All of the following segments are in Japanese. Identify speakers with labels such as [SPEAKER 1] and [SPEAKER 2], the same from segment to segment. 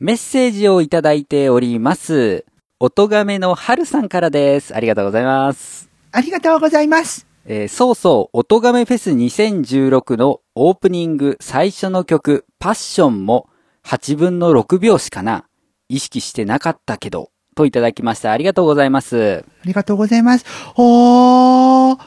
[SPEAKER 1] メッセージをいただいております。音亀の春さんからです。ありがとうございます。
[SPEAKER 2] ありがとうございます。
[SPEAKER 1] えーそうそう、音亀フェス2016のオープニング最初の曲、パッションも8分の6秒しかな。意識してなかったけど、といただきました。ありがとうございま
[SPEAKER 2] あ
[SPEAKER 1] す。
[SPEAKER 2] りがとうございます。おー、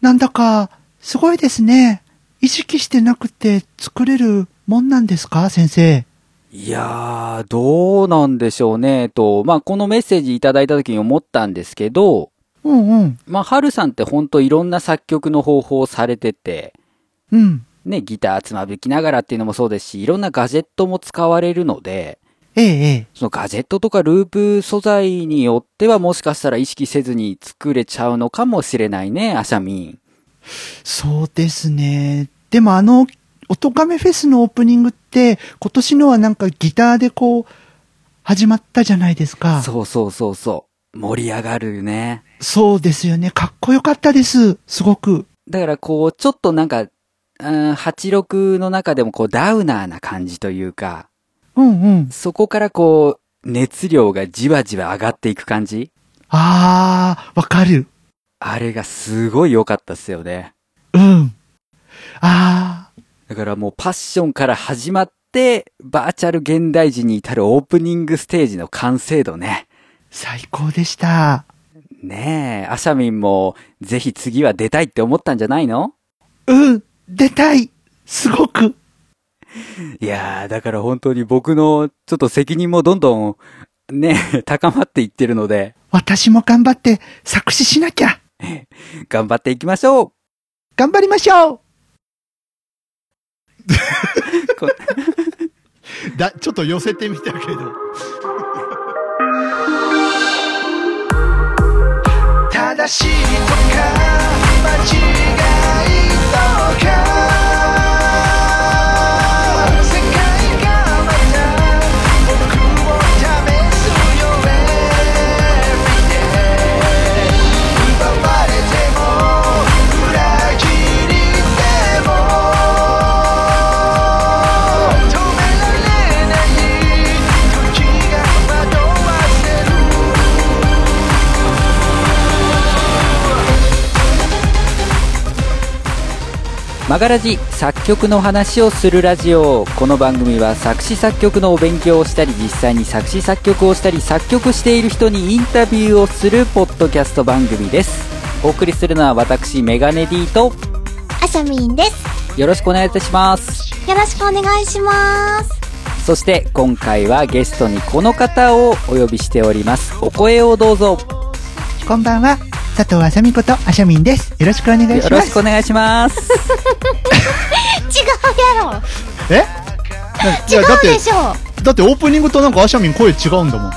[SPEAKER 2] なんだか、すごいですね。意識してなくて作れるもんなんですか先生。
[SPEAKER 1] いやー、どうなんでしょうね、と。まあ、このメッセージいただいた時に思ったんですけど、
[SPEAKER 2] うんうん。
[SPEAKER 1] まあ、春さんってほんといろんな作曲の方法をされてて、
[SPEAKER 2] うん。
[SPEAKER 1] ね、ギターつまびきながらっていうのもそうですし、いろんなガジェットも使われるので、
[SPEAKER 2] ええええ。
[SPEAKER 1] そのガジェットとかループ素材によってはもしかしたら意識せずに作れちゃうのかもしれないね、アシャミン。
[SPEAKER 2] そうですね。でもあの、音亀フェスのオープニングって、今年のはなんかギターでこう、始まったじゃないですか。
[SPEAKER 1] そうそうそうそう。盛り上がるね。
[SPEAKER 2] そうですよね。かっこよかったです。すごく。
[SPEAKER 1] だからこう、ちょっとなんか、うん、86の中でもこうダウナーな感じというか、
[SPEAKER 2] うんうん。
[SPEAKER 1] そこからこう、熱量がじわじわ上がっていく感じ
[SPEAKER 2] あー、わかる。
[SPEAKER 1] あれがすごい良かったっすよね。
[SPEAKER 2] うん。あ
[SPEAKER 1] だからもうパッションから始まって、バーチャル現代人に至るオープニングステージの完成度ね。
[SPEAKER 2] ー、最高でした。
[SPEAKER 1] ねえ、アシャミンもぜひ次は出たいって思ったんじゃないの
[SPEAKER 2] うん、出たい。すごく。
[SPEAKER 1] いやー、だから本当に僕のちょっと責任もどんどんね、 高まっていってるので、
[SPEAKER 2] 私も頑張って作詞しなきゃ。
[SPEAKER 1] 頑張っていきましょう
[SPEAKER 2] 頑張りましょう
[SPEAKER 1] こ
[SPEAKER 2] だ、ちょっと寄せてみたけど。 正しいとか、間違いとか。世界がまた僕を試すよ Everyday 奪われても裏切りでも止められない時が惑わせる
[SPEAKER 1] マガラジ作曲の話をするラジオこの番組は作詞作曲のお勉強をしたり実際に作詞作曲をしたり作曲している人にインタビューをするポッドキャスト番組ですお送りするのは私メガネ D と
[SPEAKER 3] アシャミンです。
[SPEAKER 1] よろしくお願いいたします
[SPEAKER 3] よろしくお願いします。
[SPEAKER 1] そして今回はゲストにこの方をお呼びしておりますお声をどうぞ
[SPEAKER 2] こんばんは佐藤あさみことあしゃみんですよろしくお願い
[SPEAKER 1] よ
[SPEAKER 2] し
[SPEAKER 1] ろ
[SPEAKER 2] ま
[SPEAKER 1] しく
[SPEAKER 2] す
[SPEAKER 1] お願いします
[SPEAKER 3] 違うやろ
[SPEAKER 4] え
[SPEAKER 3] 違
[SPEAKER 4] だっ
[SPEAKER 3] うで
[SPEAKER 4] て
[SPEAKER 3] しょ
[SPEAKER 4] だってオープニングとなんかアシャミン声違うんだもん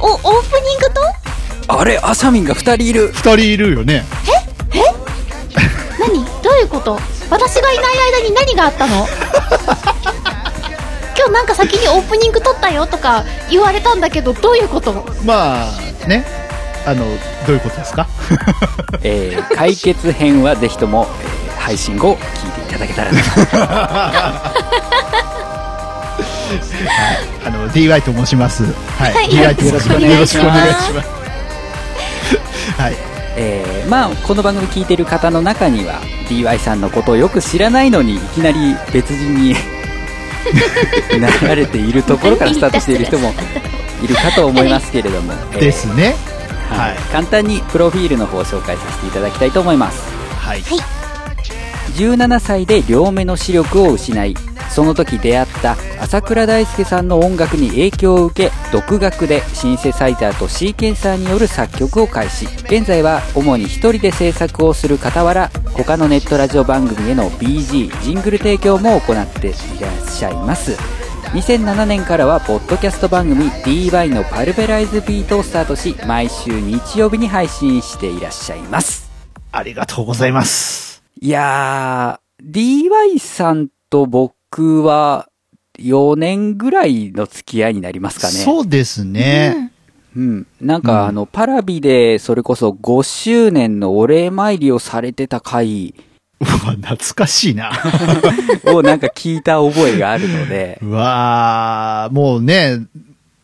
[SPEAKER 3] お、オープニングと
[SPEAKER 1] あれアシャミンが2人いる
[SPEAKER 4] 二人いるよね
[SPEAKER 3] 何どういうこと私がいない間に何があったの 今日なんか先にオープニング撮ったよとか言われたんだけど、どういうこと
[SPEAKER 4] まあねあのどういうことですか
[SPEAKER 1] えー解決編はぜひとも、えー配信後聞いていただけたらな
[SPEAKER 4] あの DY と申しますはい、
[SPEAKER 3] はい
[SPEAKER 4] DY と申します
[SPEAKER 3] よ
[SPEAKER 4] よ
[SPEAKER 3] ろ
[SPEAKER 4] ろ
[SPEAKER 3] し
[SPEAKER 4] し
[SPEAKER 3] く
[SPEAKER 4] く
[SPEAKER 3] お
[SPEAKER 4] お
[SPEAKER 3] 願
[SPEAKER 4] 願
[SPEAKER 3] い
[SPEAKER 4] い
[SPEAKER 3] し
[SPEAKER 4] し
[SPEAKER 3] ま
[SPEAKER 4] ますはい
[SPEAKER 1] えーまあこの番組聞いてる方の中には DY さんのことをよく知らないのにいきなり別人に なられているところからスタートしている人もいるかと思いますけれども、えー
[SPEAKER 4] ですね
[SPEAKER 1] はい
[SPEAKER 4] はい
[SPEAKER 1] 簡単にプロフィールの方を紹介させていただきたいと思います
[SPEAKER 4] はい
[SPEAKER 1] 17歳で両目の視力を失いその時出会った朝倉大輔さんの音楽に影響を受け独学でシンセサイザーとシーケンサーによる作曲を開始現在は主に一人で制作をする傍ら他のネットラジオ番組への BG ジングル提供も行っていらっしゃいます2007年からはポッドキャスト番組 DY のパルベライズビートをスタートし毎週日曜日に配信していらっしゃいます
[SPEAKER 4] ありがとうございます
[SPEAKER 1] いやー、DY さんと僕は4年ぐらいの付き合いになりますかね。う。
[SPEAKER 4] そうですね、
[SPEAKER 1] ん。なん
[SPEAKER 4] う
[SPEAKER 1] か
[SPEAKER 4] ん
[SPEAKER 1] あの、パラビでそれこそ5周年のお礼参りをされてた回
[SPEAKER 4] ううわ、懐かしいな。
[SPEAKER 1] をなんか聞いた覚えがあるの で、
[SPEAKER 4] うわー、もうね、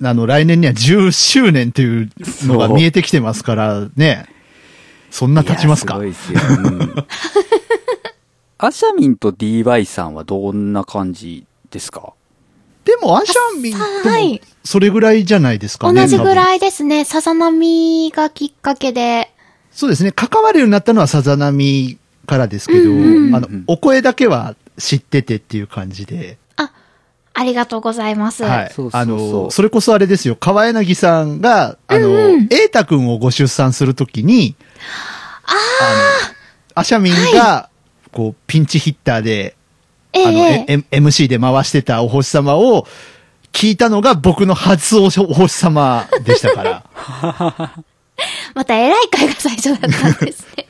[SPEAKER 4] あの、来年には10周年っていうのが
[SPEAKER 1] そう
[SPEAKER 4] 見えてきてますからね。そんな経ちますか
[SPEAKER 1] いやすごいですよ。 うん、アシャミンと DY さんはどんな感じですか
[SPEAKER 4] でも、アシャミンと
[SPEAKER 3] は
[SPEAKER 4] も
[SPEAKER 3] い、
[SPEAKER 4] それぐらいじゃないですか
[SPEAKER 3] 同
[SPEAKER 4] ね。
[SPEAKER 3] じぐ
[SPEAKER 4] い。
[SPEAKER 3] らいですね。さざ波がきっかけで。
[SPEAKER 4] そうですね。関わるようになったのはさざ波からですけど、
[SPEAKER 3] うん
[SPEAKER 1] うん
[SPEAKER 4] あの、お声だけは知っててっていう感じで。
[SPEAKER 3] あ、ありがとうございます。
[SPEAKER 4] はい
[SPEAKER 1] そうそう。そう
[SPEAKER 4] あの、それこそあれですよ。川柳さんが、あの、
[SPEAKER 3] うんうん
[SPEAKER 4] 瑛太くんをご出産するときに、あの、アシャミンが、こう、ピンチヒッターで、
[SPEAKER 3] え
[SPEAKER 4] あの、
[SPEAKER 3] えええ
[SPEAKER 4] え M- MC で回してたお星様を、聞いたのが僕の初お星様でした から。
[SPEAKER 3] また偉い会が最初だったんですね。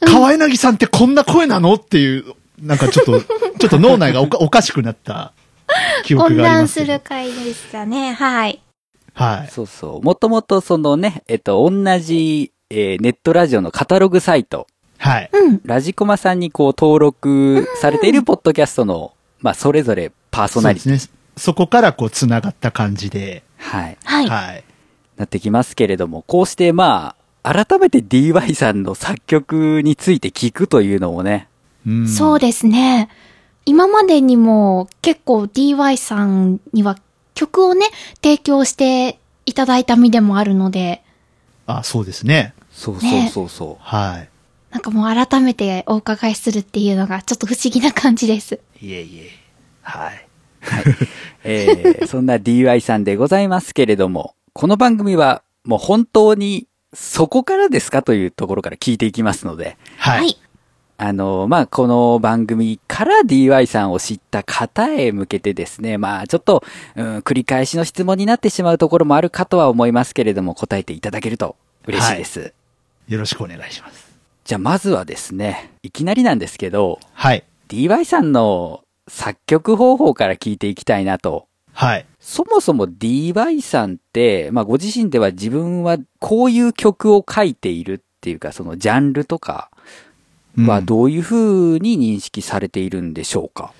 [SPEAKER 4] 川柳さんってこんな声なのっていう、なんかちょっと、ちょっと脳内がおかおかしくなった 記憶
[SPEAKER 3] 混
[SPEAKER 4] があり
[SPEAKER 3] 乱
[SPEAKER 4] ますけ
[SPEAKER 3] す
[SPEAKER 4] ど。
[SPEAKER 3] る会でしたね。はい。
[SPEAKER 4] はい。
[SPEAKER 1] そうそう。もともとそのね、えっと、同じ、えーネットラジオのカタログサイト、
[SPEAKER 4] はい。
[SPEAKER 3] うん。
[SPEAKER 1] ラジコマさんにこう登録されているポッドキャストの、まあ、それぞれパーソナリティ、
[SPEAKER 4] そうですね。そこからこう、繋がった感じで。
[SPEAKER 1] はい、
[SPEAKER 3] はい。
[SPEAKER 4] はい。
[SPEAKER 1] なってきますけれども、こうしてまあ、改めて DY さんの作曲について聞くというのもね、
[SPEAKER 4] うん
[SPEAKER 3] そうですね。今までにも結構 DY さんには曲をね、提供していただいた身でもあるので、
[SPEAKER 4] あ、そうですね。
[SPEAKER 1] そうそ
[SPEAKER 3] ね
[SPEAKER 1] うそうそう。
[SPEAKER 4] は
[SPEAKER 3] なんかもう改めてお伺いするっていうのがちょっと不思議な感じです。
[SPEAKER 4] い。いえいえ。はい。
[SPEAKER 1] えー そんな DY さんでございますけれども、この番組はもう本当にそこからですかというところから聞いていきますので、
[SPEAKER 4] はい。
[SPEAKER 3] はい。
[SPEAKER 1] あの、まあ、この番組から DY さんを知った方へ向けてですね、まあ、ちょっと、うん、繰り返しの質問になってしまうところもあるかとは思いますけれども、答えていただけると嬉しいです。
[SPEAKER 4] よろしくお願いします。
[SPEAKER 1] じゃあ、まずはですね、いきなりなんですけど、
[SPEAKER 4] はい。
[SPEAKER 1] DY さんの作曲方法から聞いていきたいなと
[SPEAKER 4] はい。
[SPEAKER 1] そもそも DY さんって、まあご自身では自分はこういう曲を書いているっていうか、そのジャンルとか
[SPEAKER 4] うん
[SPEAKER 1] はどういうふうに認識されているんでしょうか、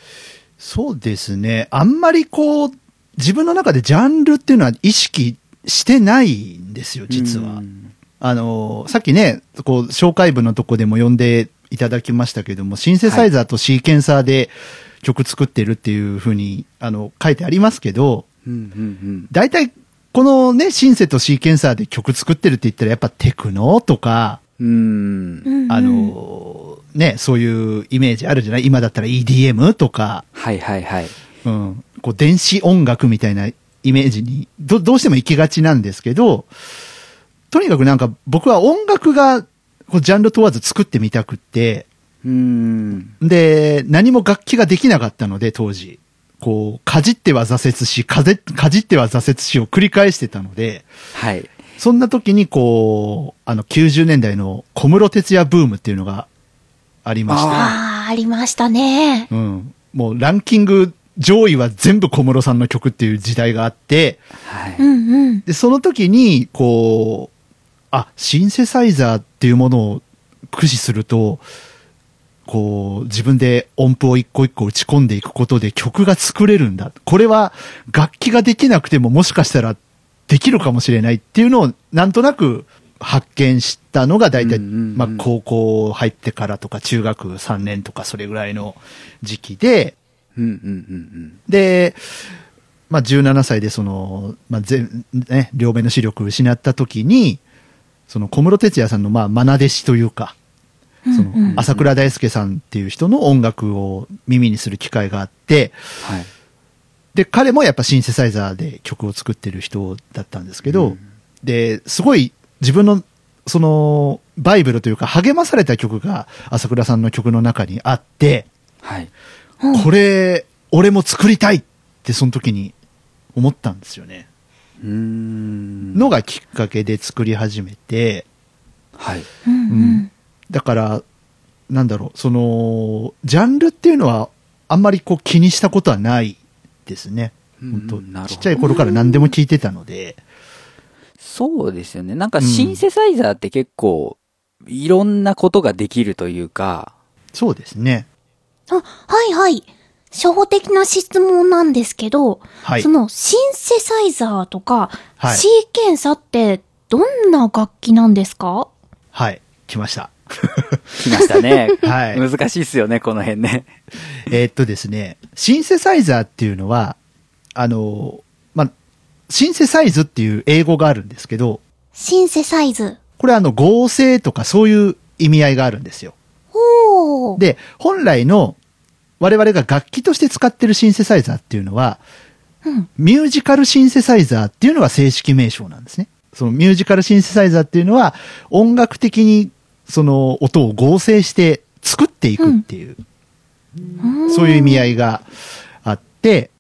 [SPEAKER 4] そうですね。あんまりこう、自分の中でジャンルっていうのは意識してないんですよ、実は。
[SPEAKER 1] うん
[SPEAKER 4] あの、さっきね、こう、紹介文のとこでも呼んでいただきましたけども、シンセサイザーとシーケンサーで曲作ってるっていうふうに、あの、書いてありますけど、
[SPEAKER 1] うんうん
[SPEAKER 4] 大体、このね、シンセとシーケンサーで曲作ってるって言ったら、やっぱテクノとか、
[SPEAKER 1] うん。う。
[SPEAKER 3] うんんうん
[SPEAKER 4] あ、の、ね、そういうイメージあるじゃない今だったら EDM とか、
[SPEAKER 1] はいはいはい。
[SPEAKER 4] うん、こう電子音楽みたいなイメージにど、どうしても行きがちなんですけど、とにかくなんか僕は音楽がこうジャンル問わず作ってみたくって、
[SPEAKER 1] うん。
[SPEAKER 4] で、何も楽器ができなかったので、当時。こう、かじっては挫折し、かぜかじっては挫折しを繰り返してたので、
[SPEAKER 1] はい。
[SPEAKER 4] そんな時にこう、あの90年代の小室哲也ブームっていうのがありまして、
[SPEAKER 3] ああ、ありましたね。
[SPEAKER 4] うん。もうランキング上位は全部小室さんの曲っていう時代があって、
[SPEAKER 1] は
[SPEAKER 3] う
[SPEAKER 1] い。
[SPEAKER 3] んうん。
[SPEAKER 4] で、その時に、こう、あ、シンセサイザーっていうものを駆使すると、こう、自分で音符を一個一個打ち込んでいくことで曲が作れるんだ。これは楽器ができなくてももしかしたらできるかもしれないっていうのをなんとなく発見したのが大体、
[SPEAKER 1] うんうんうん
[SPEAKER 4] まあ高校入ってからとか中学3年とかそれぐらいの時期で、
[SPEAKER 1] うんうんうん
[SPEAKER 4] で、まあ、17歳でその、まあぜね、両目の視力を失った時に、その小室哲哉さんのまあ、愛弟子というか、
[SPEAKER 3] うん
[SPEAKER 4] そ
[SPEAKER 3] うん
[SPEAKER 4] の、朝倉大輔さんっていう人の音楽を耳にする機会があって、
[SPEAKER 1] うん。はい。
[SPEAKER 4] で、彼もやっぱシンセサイザーで曲を作ってる人だったんですけど、で、すごい自分の、その、バイブルというか励まされた曲が朝倉さんの曲の中にあって、
[SPEAKER 1] はい。
[SPEAKER 3] うん
[SPEAKER 4] これ、俺も作りたいってその時に思ったんですよね。
[SPEAKER 1] うーん。
[SPEAKER 4] のがきっかけで作り始めて、
[SPEAKER 1] はい。
[SPEAKER 3] うんうん。
[SPEAKER 4] だから、なんだろう、その、ジャンルっていうのはあんまりこう気にしたことはないですね。
[SPEAKER 1] う
[SPEAKER 4] 本
[SPEAKER 1] んなるほど
[SPEAKER 4] 当ちっちゃい頃から何でも聞いてたので、
[SPEAKER 1] そうですよね。なんかシンセサイザーって結構いろんなことができるというか、
[SPEAKER 4] そうですね。
[SPEAKER 3] あ、はいはい。初歩的な質問なんですけど、
[SPEAKER 4] はい
[SPEAKER 3] そのシンセサイザーとか、
[SPEAKER 4] はい
[SPEAKER 3] C 検査ってどんな楽器なんですか
[SPEAKER 4] はい。来 ました。
[SPEAKER 1] 来ました ね。
[SPEAKER 4] はい
[SPEAKER 1] 難しいっすよね、この辺ね。
[SPEAKER 4] えーっとですね、シンセサイザーっていうのは、あの、まあ、シンセサイズっていう英語があるんですけど、
[SPEAKER 3] シンセサイズ。
[SPEAKER 4] これあの合成とかそういう意味合いがあるんですよ。
[SPEAKER 3] ほう。
[SPEAKER 4] で、本来の我々が楽器として使ってるシンセサイザーっていうのは、
[SPEAKER 3] うん。
[SPEAKER 4] ミュージカルシンセサイザーっていうのが正式名称なんですね。そのミュージカルシンセサイザーっていうのは音楽的にその音を合成して作っていくっていう、
[SPEAKER 3] ん
[SPEAKER 4] そういう意味合いがあって、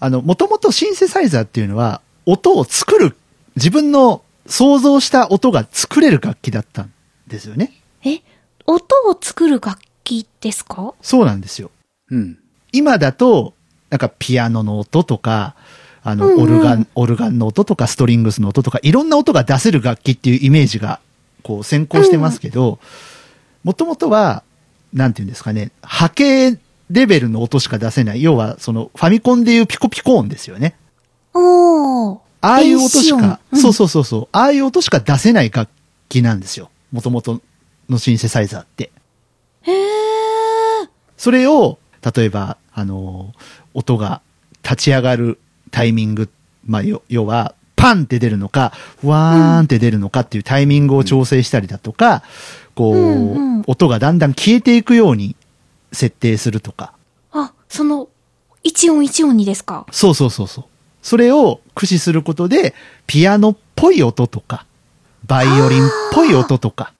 [SPEAKER 4] あの、もともとシンセサイザーっていうのは音を作る、自分の想像した音が作れる楽器だったんですよね。
[SPEAKER 3] え、音を作る楽器ですか
[SPEAKER 4] そうなんですよ。
[SPEAKER 1] うん。
[SPEAKER 4] 今だと、なんかピアノの音とか、あ
[SPEAKER 3] うんう
[SPEAKER 4] の、
[SPEAKER 3] ん
[SPEAKER 4] オルガン、オルガンの音とか、ストリングスの音とか、いろんな音が出せる楽器っていうイメージが、こう、先行してますけど、もともとは、なんていうんですかね、波形レベルの音しか出せない。要は、その、ファミコンでいうピコピコ音ですよね。
[SPEAKER 3] おー。
[SPEAKER 4] ああいう音しか、
[SPEAKER 3] 電子
[SPEAKER 4] そ
[SPEAKER 3] 音
[SPEAKER 4] うそうそうそう、ああいう音しか出せない楽器なんですよ。もともとのシンセサイザーって。
[SPEAKER 3] へー。
[SPEAKER 4] それを、例えば、あのー音が立ち上がるタイミング、まあ、よ要は、パンって出るのか、ワーンって出るのかっていうタイミングを調整したりだとか、こう、
[SPEAKER 3] うんうん
[SPEAKER 4] 音がだんだん消えていくように設定するとか。
[SPEAKER 3] あ、その、一音一音にですか
[SPEAKER 4] そうそうそうそう。それを駆使することで、ピアノっぽい音とか、バイオリンっぽい音とか、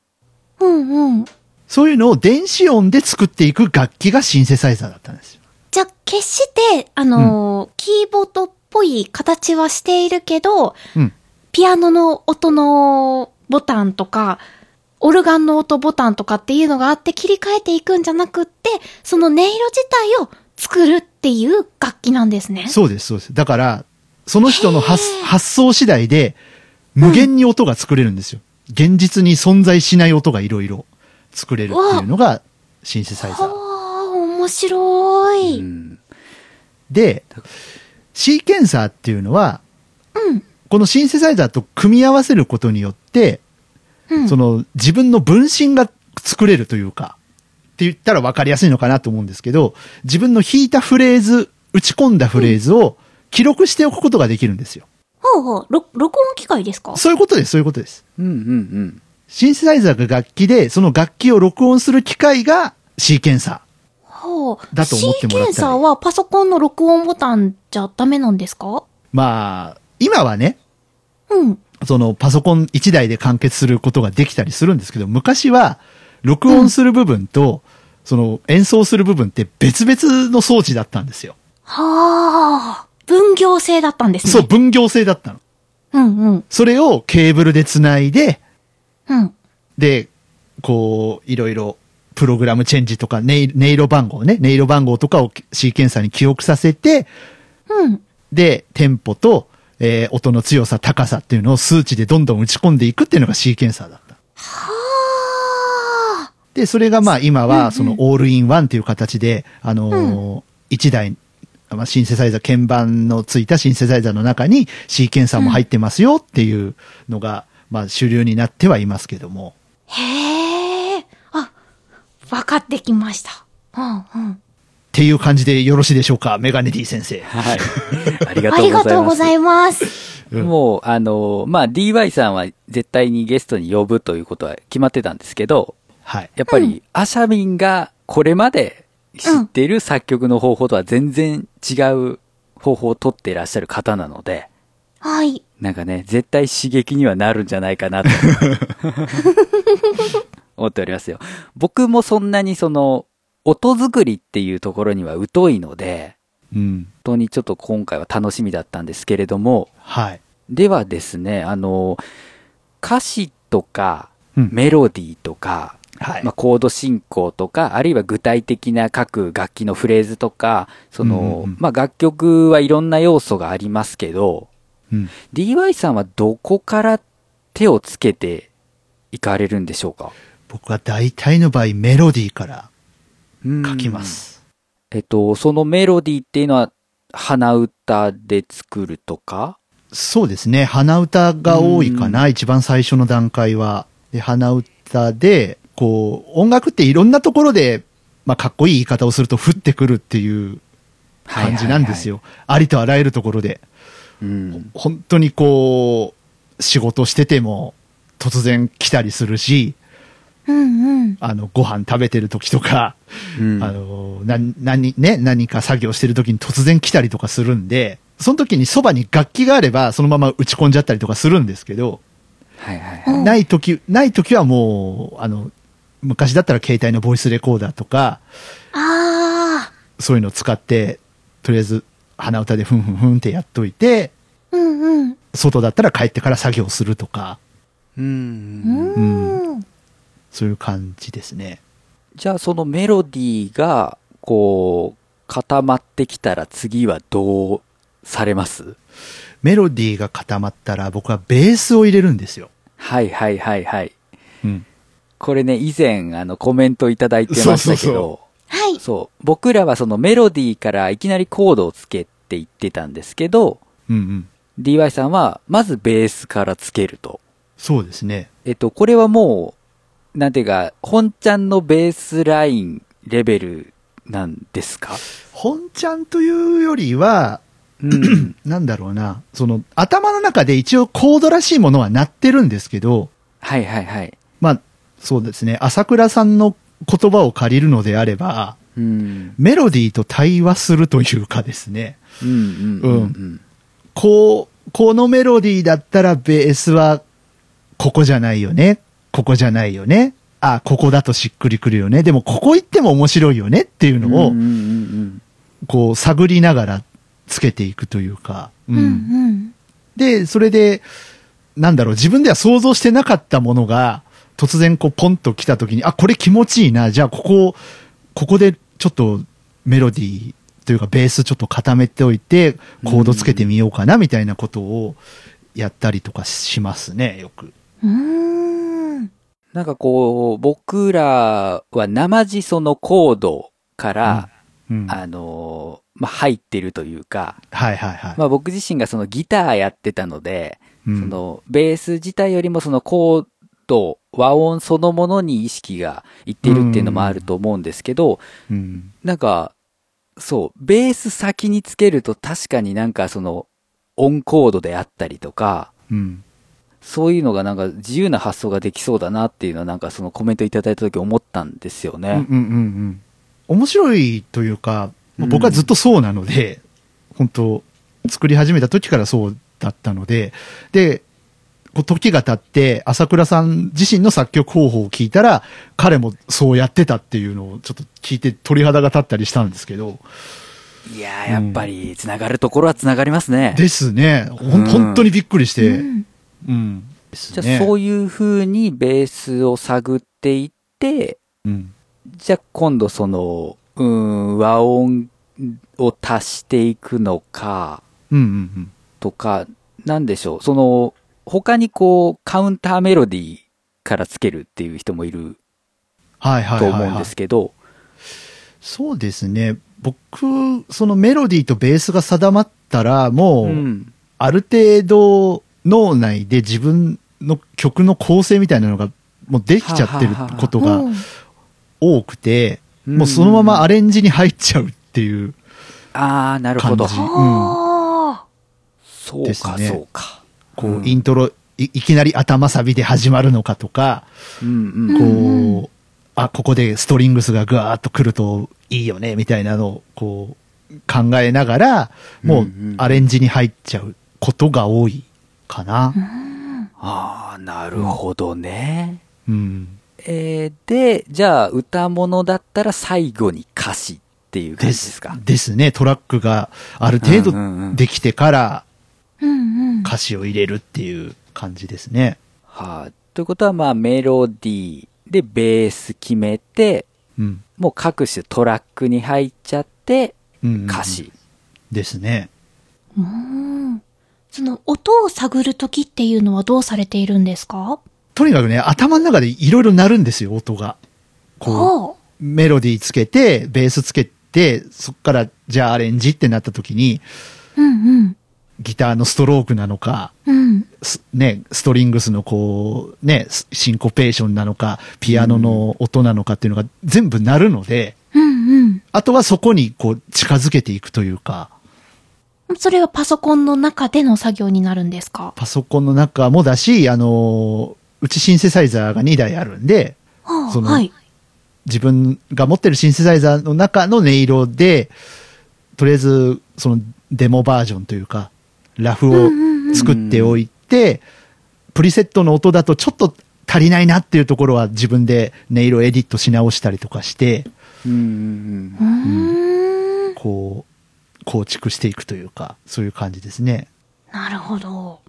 [SPEAKER 3] うんうん。
[SPEAKER 4] そういうのを電子音で作っていく楽器がシンセサイザーだったんですよ。
[SPEAKER 3] じゃあ、決して、あのーキーボードっぽい形はしているけど、
[SPEAKER 4] うん。
[SPEAKER 3] ピアノの音のボタンとか、オルガンの音ボタンとかっていうのがあって切り替えていくんじゃなくって、その音色自体を作るっていう楽器なんですね。
[SPEAKER 4] そうです、そうです。だから、その人の発発想次第で、無限に音が作れるんですよ。現実に存在しない音がいろいろ作れるっていうのがシンセサイザー。
[SPEAKER 3] はあ、面白
[SPEAKER 1] う
[SPEAKER 3] い。
[SPEAKER 1] ん。
[SPEAKER 4] で、シーケンサーっていうのは、
[SPEAKER 3] うん。
[SPEAKER 4] このシンセサイザーと組み合わせることによって、
[SPEAKER 3] うん。
[SPEAKER 4] その自分の分身が作れるというか、って言ったら分かりやすいのかなと思うんですけど、自分の弾いたフレーズ、打ち込んだフレーズを記録しておくことができるんですよ。
[SPEAKER 3] ほうほう、ろ録音機械ですか
[SPEAKER 4] そういうことです、そういうことです。
[SPEAKER 1] うんうんうん。
[SPEAKER 4] シンセサイザーが楽器で、その楽器を録音する機械がシーケンサ
[SPEAKER 3] ほう。
[SPEAKER 4] だと思ってもらったらいい
[SPEAKER 3] シーケンサーはパソコンの録音ボタンじゃダメなんですか
[SPEAKER 4] ー。まあ、今はね、
[SPEAKER 3] うん。
[SPEAKER 4] そのパソコン1台で完結することができたりするんですけど、昔は録音する部分と、その演奏する部分って別々の装置だったんですよ。
[SPEAKER 3] はあ。分業制だったんですね。
[SPEAKER 4] そう、。分業制だったの。
[SPEAKER 3] うんうん。
[SPEAKER 4] それをケーブルで繋いで、
[SPEAKER 3] うん。
[SPEAKER 4] で、こう、いろいろ、プログラムチェンジとか、音色音色番号ね、音色番号とかをシーケンサーに記憶させて、
[SPEAKER 3] うん。
[SPEAKER 4] で、テンポと、えー音の強さ、高さっていうのを数値でどんどん打ち込んでいくっていうのがシーケンサーだった。
[SPEAKER 3] はあ。
[SPEAKER 4] で、それがまあ今は、そのオールインワンっていう形で、あのー一台、まあ、シンセサイザー、鍵盤のついたシンセサイザーの中にシーケンサーも入ってますよっていうのが、まあ主流になってはいますけども。
[SPEAKER 3] へえ。あ、わかってきました。うんうん。
[SPEAKER 4] っていう感じでよろしいでしょうかメガネ D 先生。
[SPEAKER 1] はい。ありが
[SPEAKER 3] あ
[SPEAKER 1] とうござ
[SPEAKER 3] り
[SPEAKER 1] います。
[SPEAKER 3] がとうございます。
[SPEAKER 4] うん
[SPEAKER 1] もう、あの、まあ、DY さんは絶対にゲストに呼ぶということは決まってたんですけど、
[SPEAKER 4] はい。
[SPEAKER 1] やっぱ
[SPEAKER 3] う
[SPEAKER 1] り、アシャミンがこれまで知ってる作曲の方法とは全然違う方法を取っていらっしゃる方なので、
[SPEAKER 3] はい。
[SPEAKER 1] なんかね、絶対刺激にはなるんじゃないかな と。思っておりますよ。僕もそんなにその、音作りっていうところには疎いので、
[SPEAKER 4] うん。
[SPEAKER 1] 本当にちょっと今回は楽しみだったんですけれども、
[SPEAKER 4] はい。
[SPEAKER 1] ではですね、あの、歌詞とか、
[SPEAKER 4] うん
[SPEAKER 1] メロディーとか、
[SPEAKER 4] はい
[SPEAKER 1] まあ、コード進行とか、あるいは具体的な各楽器のフレーズとか、その、
[SPEAKER 4] うんうんうん
[SPEAKER 1] まあ、楽曲はいろんな要素がありますけど、
[SPEAKER 4] うん。
[SPEAKER 1] DY さんはどこから手をつけていかれるんでしょうか
[SPEAKER 4] 僕は大体の場合メロディーから書きます。
[SPEAKER 1] えっと、そのメロディーっていうのは、鼻歌で作るとか
[SPEAKER 4] そうですね。鼻歌が多いかな、一番最初の段階は。で、鼻歌で、こう、音楽っていろんなところで、まあ、かっこいい言い方をすると降ってくるっていう感じなんです。よ。ありとあらゆるところで。
[SPEAKER 1] はいはいはいうん。
[SPEAKER 4] 本当にこう、仕事してても突然来たりするし、
[SPEAKER 3] うんうん。
[SPEAKER 4] あの、ご飯食べてる時とか、
[SPEAKER 1] うん
[SPEAKER 4] あの、な、何、ね、何か作業してる時に突然来たりとかするんで、その時にそばに楽器があればそのまま打ち込んじゃったりとかするんですけど、
[SPEAKER 1] はいはいはい。
[SPEAKER 3] うん
[SPEAKER 4] ない時、ない時はもう、あの、昔だったら携帯のボイスレコーダーとか、
[SPEAKER 3] あ
[SPEAKER 4] そういうのを使って、とりあえず鼻歌でふんふんふんってやっといて、
[SPEAKER 3] ー。うんうん。
[SPEAKER 4] 外だったら帰ってから作業するとか、
[SPEAKER 1] うん
[SPEAKER 3] うん。
[SPEAKER 4] そういう感じですね。
[SPEAKER 1] じゃあそのメロディーが、こう、固まってきたら次はどうされます
[SPEAKER 4] メロディーが固まったら僕はベースを入れるんですよ。
[SPEAKER 1] はいはいはいはい。
[SPEAKER 4] うん。
[SPEAKER 1] これね、以前、あの、コメントいただいてましたけ
[SPEAKER 4] そうそう
[SPEAKER 1] ど
[SPEAKER 4] そ、
[SPEAKER 3] はい。
[SPEAKER 1] そう。僕らはそのメロディーからいきなりコードをつけって言ってたんですけど、
[SPEAKER 4] うんうん。
[SPEAKER 1] DY さんはまずベースからつけると。
[SPEAKER 4] そうですね。
[SPEAKER 1] えっと、これはもう、なんていうか、本ちゃんのベースラインレベルなんですか
[SPEAKER 4] 本ちゃんというよりは、
[SPEAKER 1] うん。
[SPEAKER 4] なんだろうな、その頭の中で一応コードらしいものは鳴ってるんですけど、
[SPEAKER 1] はいはいはい。
[SPEAKER 4] まあ、そうですね、朝倉さんの言葉を借りるのであれば、
[SPEAKER 1] うん。
[SPEAKER 4] メロディーと対話するというかですね、
[SPEAKER 1] うんうんうんうん。
[SPEAKER 4] こう、このメロディーだったらベースは、ここじゃないよね、ここじゃないよね、あ、ここだとしっくりくるよね、でもここ行っても面白いよねっていうのを、
[SPEAKER 1] うんうんうん
[SPEAKER 4] こう探りながらつけていくというか、
[SPEAKER 3] うんうん。
[SPEAKER 4] で、それで、なんだろう、自分では想像してなかったものが、突然こうポンと来た時に、あ、これ気持ちいいな、じゃあここ、ここでちょっとメロディーというかベースちょっと固めておいて、コードつけてみようかな、みたいなことをやったりとかしますね、よく。
[SPEAKER 3] うーん。
[SPEAKER 1] なんかこう、僕らは生地そのコードから、
[SPEAKER 4] うんはい
[SPEAKER 1] あのーまあ、入ってるというか、
[SPEAKER 4] はいはい。
[SPEAKER 1] まあ、僕自身がそのギターやってたので、
[SPEAKER 4] うん
[SPEAKER 1] そのベース自体よりもそのコード、和音そのものに意識がいっているっていうのもあると思うんですけど、
[SPEAKER 4] うん
[SPEAKER 1] なんか、そう、ベース先につけると確かになんかその、オンコードであったりとか、
[SPEAKER 4] うん
[SPEAKER 1] そういうのがなんか自由な発想ができそうだなっていうのはなんかそのコメントいただいた時思ったんですよ
[SPEAKER 4] うん
[SPEAKER 1] ね。
[SPEAKER 4] うんうんうん。面白いというか、まあ僕はずっとそうなので、本当作り始めた時からそうだったので、で、こう時が経って、朝倉さん自身の作曲方法を聞いたら、彼もそうやってたっていうのをちょっと聞いて鳥肌が立ったりしたんですけど、
[SPEAKER 1] いやー、やっぱり繋がるところは繋がりますね。
[SPEAKER 4] ですね、ほ
[SPEAKER 1] うん
[SPEAKER 4] ん本当にびっくりし
[SPEAKER 3] う
[SPEAKER 4] て、うん。
[SPEAKER 3] ん。
[SPEAKER 4] です
[SPEAKER 1] じ
[SPEAKER 4] ね
[SPEAKER 1] ゃあそういう風にベースを探っていって、
[SPEAKER 4] うん
[SPEAKER 1] じゃあ今度その、うーん、和音を足していくのか、
[SPEAKER 4] うんうんうん。
[SPEAKER 1] とか、なんでしょう。その、他にこう、カウンターメロディーからつけるっていう人もいる
[SPEAKER 4] はいはい
[SPEAKER 1] と
[SPEAKER 4] はい、
[SPEAKER 1] 思うん
[SPEAKER 4] は
[SPEAKER 1] で
[SPEAKER 4] い
[SPEAKER 1] す。けど、
[SPEAKER 4] そうですね。僕、そのメロディーとベースが定まったら、もう、
[SPEAKER 1] うん。
[SPEAKER 4] ある程度脳内で自分の曲の構成みたいなのがもうできちゃってること
[SPEAKER 3] お
[SPEAKER 4] が
[SPEAKER 3] う
[SPEAKER 4] 多くて、
[SPEAKER 1] うん
[SPEAKER 4] もうそのままアレンジに入っちゃうっていう。
[SPEAKER 1] あー、なるほど。
[SPEAKER 4] 感じうん
[SPEAKER 3] は
[SPEAKER 1] そう
[SPEAKER 4] です
[SPEAKER 1] か、
[SPEAKER 4] ね
[SPEAKER 1] そうか。
[SPEAKER 4] こ
[SPEAKER 1] う
[SPEAKER 4] うんイントロ、いいきなり頭サビで始まるのかとか、
[SPEAKER 1] うんうん。
[SPEAKER 4] こ
[SPEAKER 3] うんう
[SPEAKER 4] う、あ、ここでストリングスがぐわーっと来るといいよね、みたいなのをこう考えながら、もうアレンジに入っちゃうことが多いかな。
[SPEAKER 1] あー、なるほどね。
[SPEAKER 4] うん。
[SPEAKER 1] えー、で、じゃあ歌物だったら最後に歌詞っていう感
[SPEAKER 4] で
[SPEAKER 1] じです
[SPEAKER 4] す
[SPEAKER 1] か。
[SPEAKER 4] ですね。トラックがある程
[SPEAKER 1] うんうんう
[SPEAKER 4] 度
[SPEAKER 1] ん
[SPEAKER 4] できてから
[SPEAKER 3] うんうん。
[SPEAKER 4] 歌詞を入れるっていう感じですね。
[SPEAKER 1] はい、ということは、まあ、メロディーでベース決めて、
[SPEAKER 4] うん。
[SPEAKER 1] もう各種トラックに入っちゃって、
[SPEAKER 4] うん
[SPEAKER 1] 歌詞。
[SPEAKER 4] ですね。
[SPEAKER 3] うん。その音を探るときっていうのはどうされているんですか
[SPEAKER 4] とにかくね、頭の中でいろいろ鳴るんですよ、音が。こ
[SPEAKER 3] ほう。
[SPEAKER 4] う、メロディーつけて、ベースつけて、そっから、じゃあアレンジってなった時に、
[SPEAKER 3] うん
[SPEAKER 4] ギターのストロークなのか、
[SPEAKER 3] うん。うん。
[SPEAKER 4] すね、ストリングスのこう、ね、スシンコペーションなのか、ピアノの音なのかっていうのが全部鳴るので、
[SPEAKER 3] うん
[SPEAKER 4] あとはそこにこう近づけていくというか、
[SPEAKER 3] うん。それはパソコンの中での作業になるんですか
[SPEAKER 4] パソコンの中もだし、あの、うちシンセサイザーが2台あるんで、
[SPEAKER 3] はあ、
[SPEAKER 4] その
[SPEAKER 3] はい。
[SPEAKER 4] 自分が持ってるシンセサイザーの中の音色で、とりあえずそのデモバージョンというか、ラフ
[SPEAKER 3] うん
[SPEAKER 4] を
[SPEAKER 3] うんうん。
[SPEAKER 4] 作っておいて、プリセットの音だとちょっと足りないなっていうところは自分で音色エディットし直したりとかして、
[SPEAKER 1] うんうん
[SPEAKER 3] うーん。
[SPEAKER 4] こう、構築していくというか、そういう感じですね。
[SPEAKER 3] なるほど。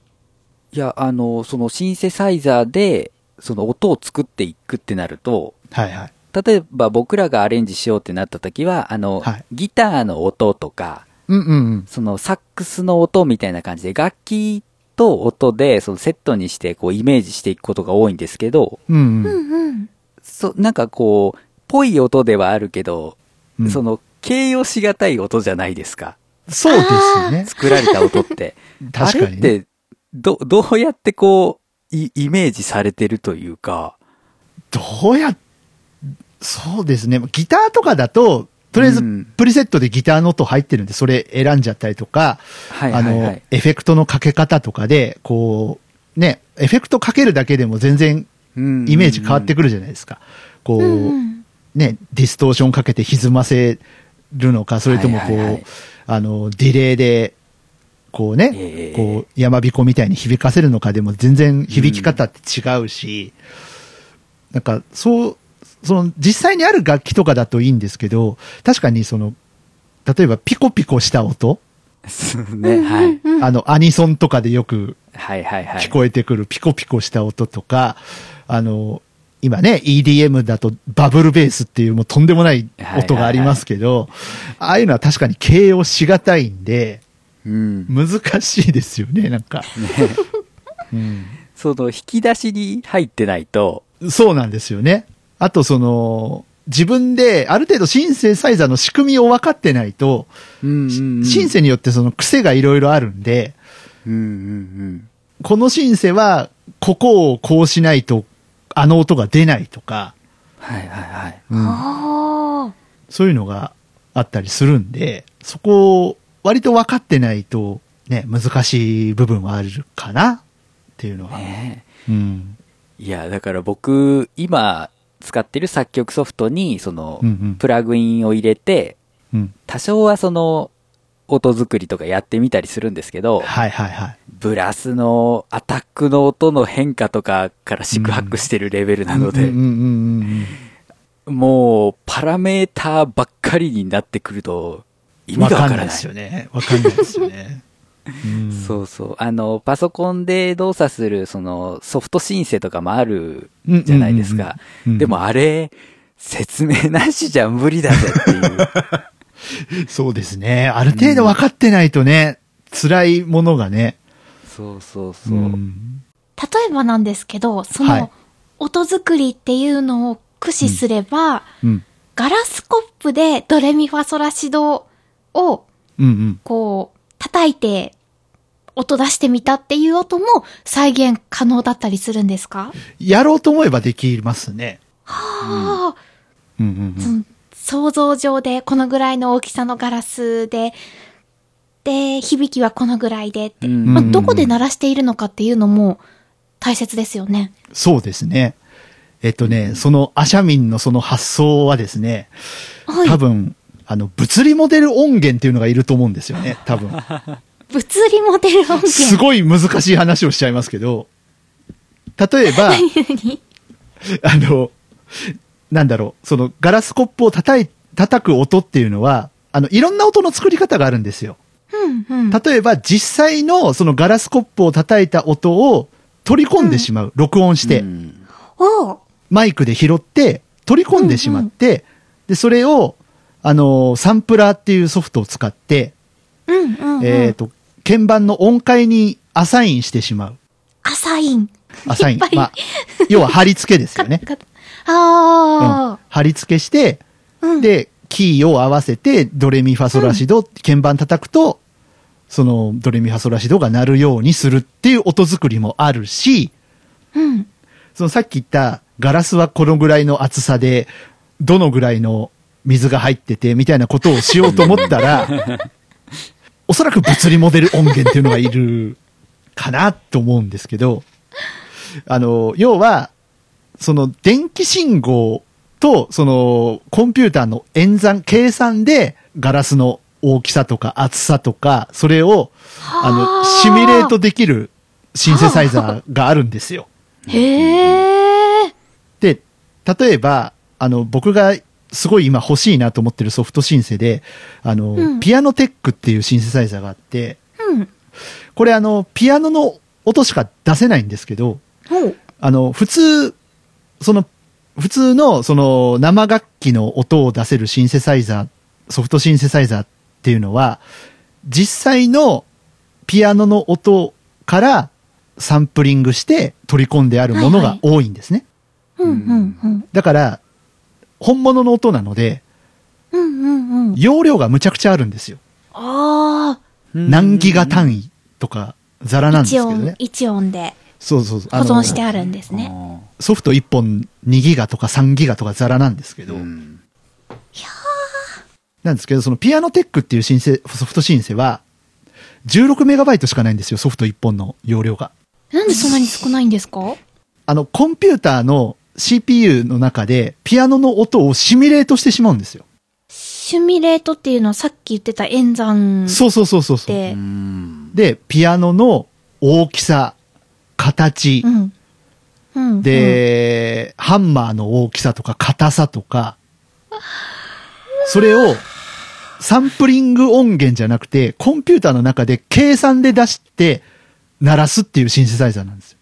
[SPEAKER 1] いや、あの、そのシンセサイザーで、その音を作っていくってなると、
[SPEAKER 4] はいはい。
[SPEAKER 1] 例えば僕らがアレンジしようってなった時は、あの、
[SPEAKER 4] はい
[SPEAKER 1] ギターの音とか、
[SPEAKER 4] うんうんうん。
[SPEAKER 1] そのサックスの音みたいな感じで、楽器と音で、そのセットにして、こう、イメージしていくことが多いんですけど、
[SPEAKER 4] うん
[SPEAKER 3] う
[SPEAKER 4] うん
[SPEAKER 3] んうん。
[SPEAKER 1] そ、なんかこう、ぽい音ではあるけど、
[SPEAKER 4] うん。
[SPEAKER 1] その、形容しがたい音じゃないですか。
[SPEAKER 4] そうですね。
[SPEAKER 1] 作られた音って。
[SPEAKER 4] 確かに、
[SPEAKER 1] あれ
[SPEAKER 4] ね。
[SPEAKER 1] って、ど、どうやってこう、いイメージされてるというか、
[SPEAKER 4] どうや、そうですね。ギターとかだと、とりあえず
[SPEAKER 1] うん
[SPEAKER 4] プリセットでギターの音入ってるんで、それ選んじゃったりとか、
[SPEAKER 1] はいはいは
[SPEAKER 4] あの
[SPEAKER 1] い、。
[SPEAKER 4] エフェクトのかけ方とかで、こう、ね、エフェクトかけるだけでも全然
[SPEAKER 1] うん
[SPEAKER 4] イメージ変わってくるじゃないですか。こう、
[SPEAKER 3] うんうん。
[SPEAKER 4] ね、ディストーションかけて歪ませるのか、それともこ
[SPEAKER 1] は
[SPEAKER 4] う、
[SPEAKER 1] いはいはい
[SPEAKER 4] あの、ディレイで、こうね、
[SPEAKER 1] ええ
[SPEAKER 4] こう、山彦みたいに響かせるのかでも全然響き方って違うし、なんか、そう、その、実際にある楽器とかだといいんですけど、確かにその、例えばピコピコした音、
[SPEAKER 1] そう ね、はい。
[SPEAKER 3] うん
[SPEAKER 4] あの、アニソンとかでよく
[SPEAKER 1] はいはいはい。
[SPEAKER 4] 聞こえてくるピコピコした音とか、あの、今ね、EDM だとバブルベースっていうもうとんでもない音がありますけど、ああいうのは確かに形容しがたいんで、
[SPEAKER 1] うん。
[SPEAKER 4] 難しいですよね、なんか。うん
[SPEAKER 1] その、引き出しに入ってないと、
[SPEAKER 4] そうなんですよね。あとその、自分である程度シンセサイザーの仕組みを分かってないと、
[SPEAKER 1] うん
[SPEAKER 4] シンセによってその癖がいろいろあるんで、
[SPEAKER 1] うんうん
[SPEAKER 4] このシンセはここをこうしないとあの音が出ないとか、
[SPEAKER 1] はいはいはい。
[SPEAKER 3] ああ。
[SPEAKER 4] そういうのがあったりするんで、そこを割と分かってないと、ね、難しい部分はあるかなっていうのは。
[SPEAKER 1] ね
[SPEAKER 4] うん。
[SPEAKER 1] えいや、だから僕、今、使ってる作曲ソフトに、その
[SPEAKER 4] うんう、ん
[SPEAKER 1] プラグインを入れて、
[SPEAKER 4] うん。
[SPEAKER 1] 多少はその、音作りとかやってみたりするんですけど、
[SPEAKER 4] はいはいはい。
[SPEAKER 1] ブラスのアタックの音の変化とかから四苦八苦してるレベルなの
[SPEAKER 4] う
[SPEAKER 1] で
[SPEAKER 4] ん、うんうんうん
[SPEAKER 1] もう、パラメーターばっかりになってくると、意
[SPEAKER 4] うん。わ
[SPEAKER 1] 味が
[SPEAKER 4] か
[SPEAKER 1] わ
[SPEAKER 4] ん
[SPEAKER 1] か
[SPEAKER 4] な
[SPEAKER 1] ら
[SPEAKER 4] い
[SPEAKER 1] な
[SPEAKER 4] で
[SPEAKER 1] い
[SPEAKER 4] す。よね。わかんないです よね。うん
[SPEAKER 1] そうそう。あの、パソコンで動作する、その、ソフト申請とかもある
[SPEAKER 4] うん
[SPEAKER 1] じゃないですか
[SPEAKER 4] うんうんうんう。ん
[SPEAKER 1] でもあれ、説明なしじゃ無理だぜって いう。
[SPEAKER 4] そうですね。ある程度分かってないとね、辛いものがね。
[SPEAKER 1] そうそうそう。
[SPEAKER 4] ん
[SPEAKER 3] 例えばなんですけど、そ
[SPEAKER 4] はい
[SPEAKER 3] の、音作りっていうのを駆使すれば、
[SPEAKER 4] うん。
[SPEAKER 3] ガラスコップでドレミファソラシドを、
[SPEAKER 4] うんうん。
[SPEAKER 3] こう、叩いて、音出してみたっていう音も再現可能だったりするんですか
[SPEAKER 4] やろうと思えばできますね。
[SPEAKER 3] はあ、
[SPEAKER 4] うんうんうん。
[SPEAKER 3] その想像上でこのぐらいの大きさのガラスで、で、響きはこのぐらいでって、
[SPEAKER 1] うん
[SPEAKER 3] まあ、どこで鳴らしているのかっていうのも大切ですよね。
[SPEAKER 4] そうですね。えっとね、そのアシャミンのその発想はですね、
[SPEAKER 3] はい
[SPEAKER 4] 多。分、あの、物理モデル音源っていうのがいると思うんですよね、多 分。
[SPEAKER 3] 物理モデル音源。
[SPEAKER 4] すごい難しい話をしちゃいますけど、例えば、 あの、なんだろう、そのガラスコップを叩い、叩く音っていうのは、あの、いろんな音の作り方があるんですよ。
[SPEAKER 3] うんうん。
[SPEAKER 4] 例えば、実際のそのガラスコップを叩いた音を取り込んでしまう。録音して。
[SPEAKER 1] うん
[SPEAKER 3] おう
[SPEAKER 4] マイクで拾って、取り込んでしまって、で、それを、あのーサンプラーっていうソフトを使って、
[SPEAKER 3] うんうん、うん。
[SPEAKER 4] えっ、と、鍵盤の音階にアサインしてしまう。
[SPEAKER 3] アサイン。
[SPEAKER 4] アサイン
[SPEAKER 3] いっぱ。い
[SPEAKER 4] まあ、要は貼り付けですよね。
[SPEAKER 3] かか あ
[SPEAKER 4] 貼り付けして、
[SPEAKER 3] あ、うん。、
[SPEAKER 4] で、キーを合わせて、ドレミファソラシド、鍵盤叩くと、その、ドレミファソラシドが鳴るようにするっていう音作りもあるし、
[SPEAKER 3] うん。
[SPEAKER 4] そのさっき言った、ガラスはこのぐらいの厚さで、どのぐらいの水が入ってて、みたいなことをしようと思ったら、おそらく物理モデル音源っていうのがいるかなと思うんですけど、あの、要は、その電気信号と、そのコンピューターの演算、計算で、ガラスの大きさとか厚さとか、それを、あ
[SPEAKER 3] は
[SPEAKER 4] の、
[SPEAKER 3] あ
[SPEAKER 4] シミュレートできるシンセサイザーがあるんですよ。
[SPEAKER 3] へえ。
[SPEAKER 4] で、例えば、あの、僕がすごい今欲しいなと思ってるソフトシンセで、あの、
[SPEAKER 3] うん
[SPEAKER 4] ピアノテックっていうシンセサイザーがあって、
[SPEAKER 3] うん。
[SPEAKER 4] これあの、ピアノの音しか出せないんですけど、
[SPEAKER 3] ほう。
[SPEAKER 4] あの、普通、その、普通の、その、生楽器の音を出せるシンセサイザー、ソフトシンセサイザーっていうのは、実際のピアノの音からサンプリングして取り込んであるものが多いんですね。
[SPEAKER 3] うんうんうん。
[SPEAKER 4] だから、本物の音なので、
[SPEAKER 3] うんうんうん。
[SPEAKER 4] 容量がむちゃくちゃあるんですよ。
[SPEAKER 3] あ
[SPEAKER 4] 何ギガ単位とか、ザラ
[SPEAKER 3] あ。
[SPEAKER 4] なんですけ
[SPEAKER 3] 一
[SPEAKER 4] ど
[SPEAKER 3] 音
[SPEAKER 4] ね、。
[SPEAKER 3] 一音で
[SPEAKER 4] そうそうそう。
[SPEAKER 3] 保
[SPEAKER 4] あの
[SPEAKER 3] 存してあるんですね。
[SPEAKER 4] ソフト1本2ギガとか3ギガとかザラなんですけど、
[SPEAKER 1] うん
[SPEAKER 4] なんですけど、そのピアノテックっていうシンセ、ソフトシンセは、16メガバイトしかないんですよ、ソフト1本の容量が。
[SPEAKER 3] なんでそんなに少ないんですか
[SPEAKER 4] あの、コンピューターの CPU の中で、ピアノの音をシミュレートしてしまうんですよ。
[SPEAKER 3] シミュレートっていうのはさっき言ってた演算
[SPEAKER 4] そうそうそうそうそう。
[SPEAKER 3] で、
[SPEAKER 4] で、ピアノの大きさ、形、
[SPEAKER 3] うん。うん。
[SPEAKER 4] で、ハンマーの大きさとか硬さとか、それをサンプリング音源じゃなくて、コンピューターの中で計算で出して鳴らすっていうシンセサイザーなんですよ。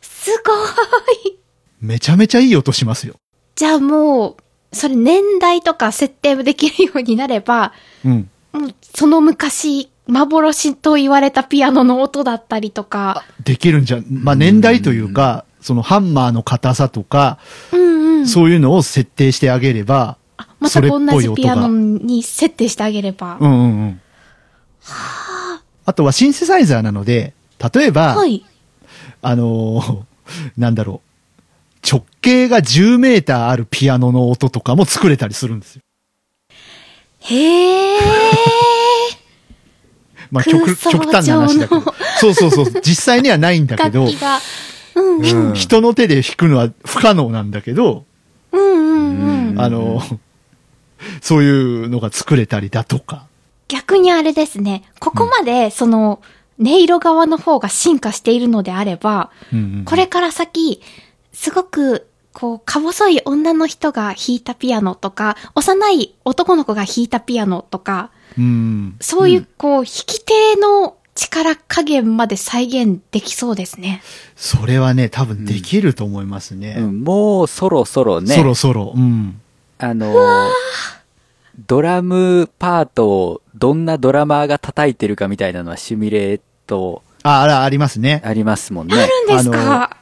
[SPEAKER 3] すごい
[SPEAKER 4] めちゃめちゃいい音しますよ。
[SPEAKER 3] じゃあもう、それ年代とか設定できるようになれば、
[SPEAKER 4] うん。
[SPEAKER 3] もうその昔、幻と言われたピアノの音だったりとか、
[SPEAKER 4] できるんじゃ、まあ、年代というか、そのハンマーの硬さとか、
[SPEAKER 3] うんうん。
[SPEAKER 4] そういうのを設定してあげれば、
[SPEAKER 3] あまた
[SPEAKER 4] それっぽい
[SPEAKER 3] 同じ
[SPEAKER 4] 音が
[SPEAKER 3] ピアノに設定してあげれば。
[SPEAKER 4] うんうんうん。あとはシンセサイザーなので、例えば、
[SPEAKER 3] はい。
[SPEAKER 4] あのーなんだろう。直径が10メーターあるピアノの音とかも作れたりするんですよ。
[SPEAKER 3] へえ。
[SPEAKER 4] まあ、
[SPEAKER 3] 空
[SPEAKER 4] 極
[SPEAKER 3] 想
[SPEAKER 4] 極端な話だけ
[SPEAKER 3] 上の
[SPEAKER 4] ど。そうそうそう。実際にはないんだけ
[SPEAKER 3] 楽
[SPEAKER 4] ど、
[SPEAKER 3] 器が。うんうん。
[SPEAKER 1] うん
[SPEAKER 4] 人の手で弾くのは不可能なんだけど、
[SPEAKER 3] うんうんうん。
[SPEAKER 4] あのーそういうのが作れたりだとか。
[SPEAKER 3] 逆にあれですね。ここまで、その、音色側の方が進化しているのであれば、
[SPEAKER 4] うんうんうん
[SPEAKER 3] これから先、すごく、こう、か細い女の人が弾いたピアノとか、幼い男の子が弾いたピアノとか、
[SPEAKER 4] うん。
[SPEAKER 3] そういう、こう、弾き手の力加減まで再現できそうですね。
[SPEAKER 4] それはね、多分できると思いますね。
[SPEAKER 1] うんもうそろそろね、
[SPEAKER 4] そろそろ。うん。
[SPEAKER 1] あのードラムパートをどんなドラマーが叩いてるかみたいなのはシミュレート
[SPEAKER 4] あ、あら、ありますね。
[SPEAKER 1] ありますもんね。
[SPEAKER 3] あるんですか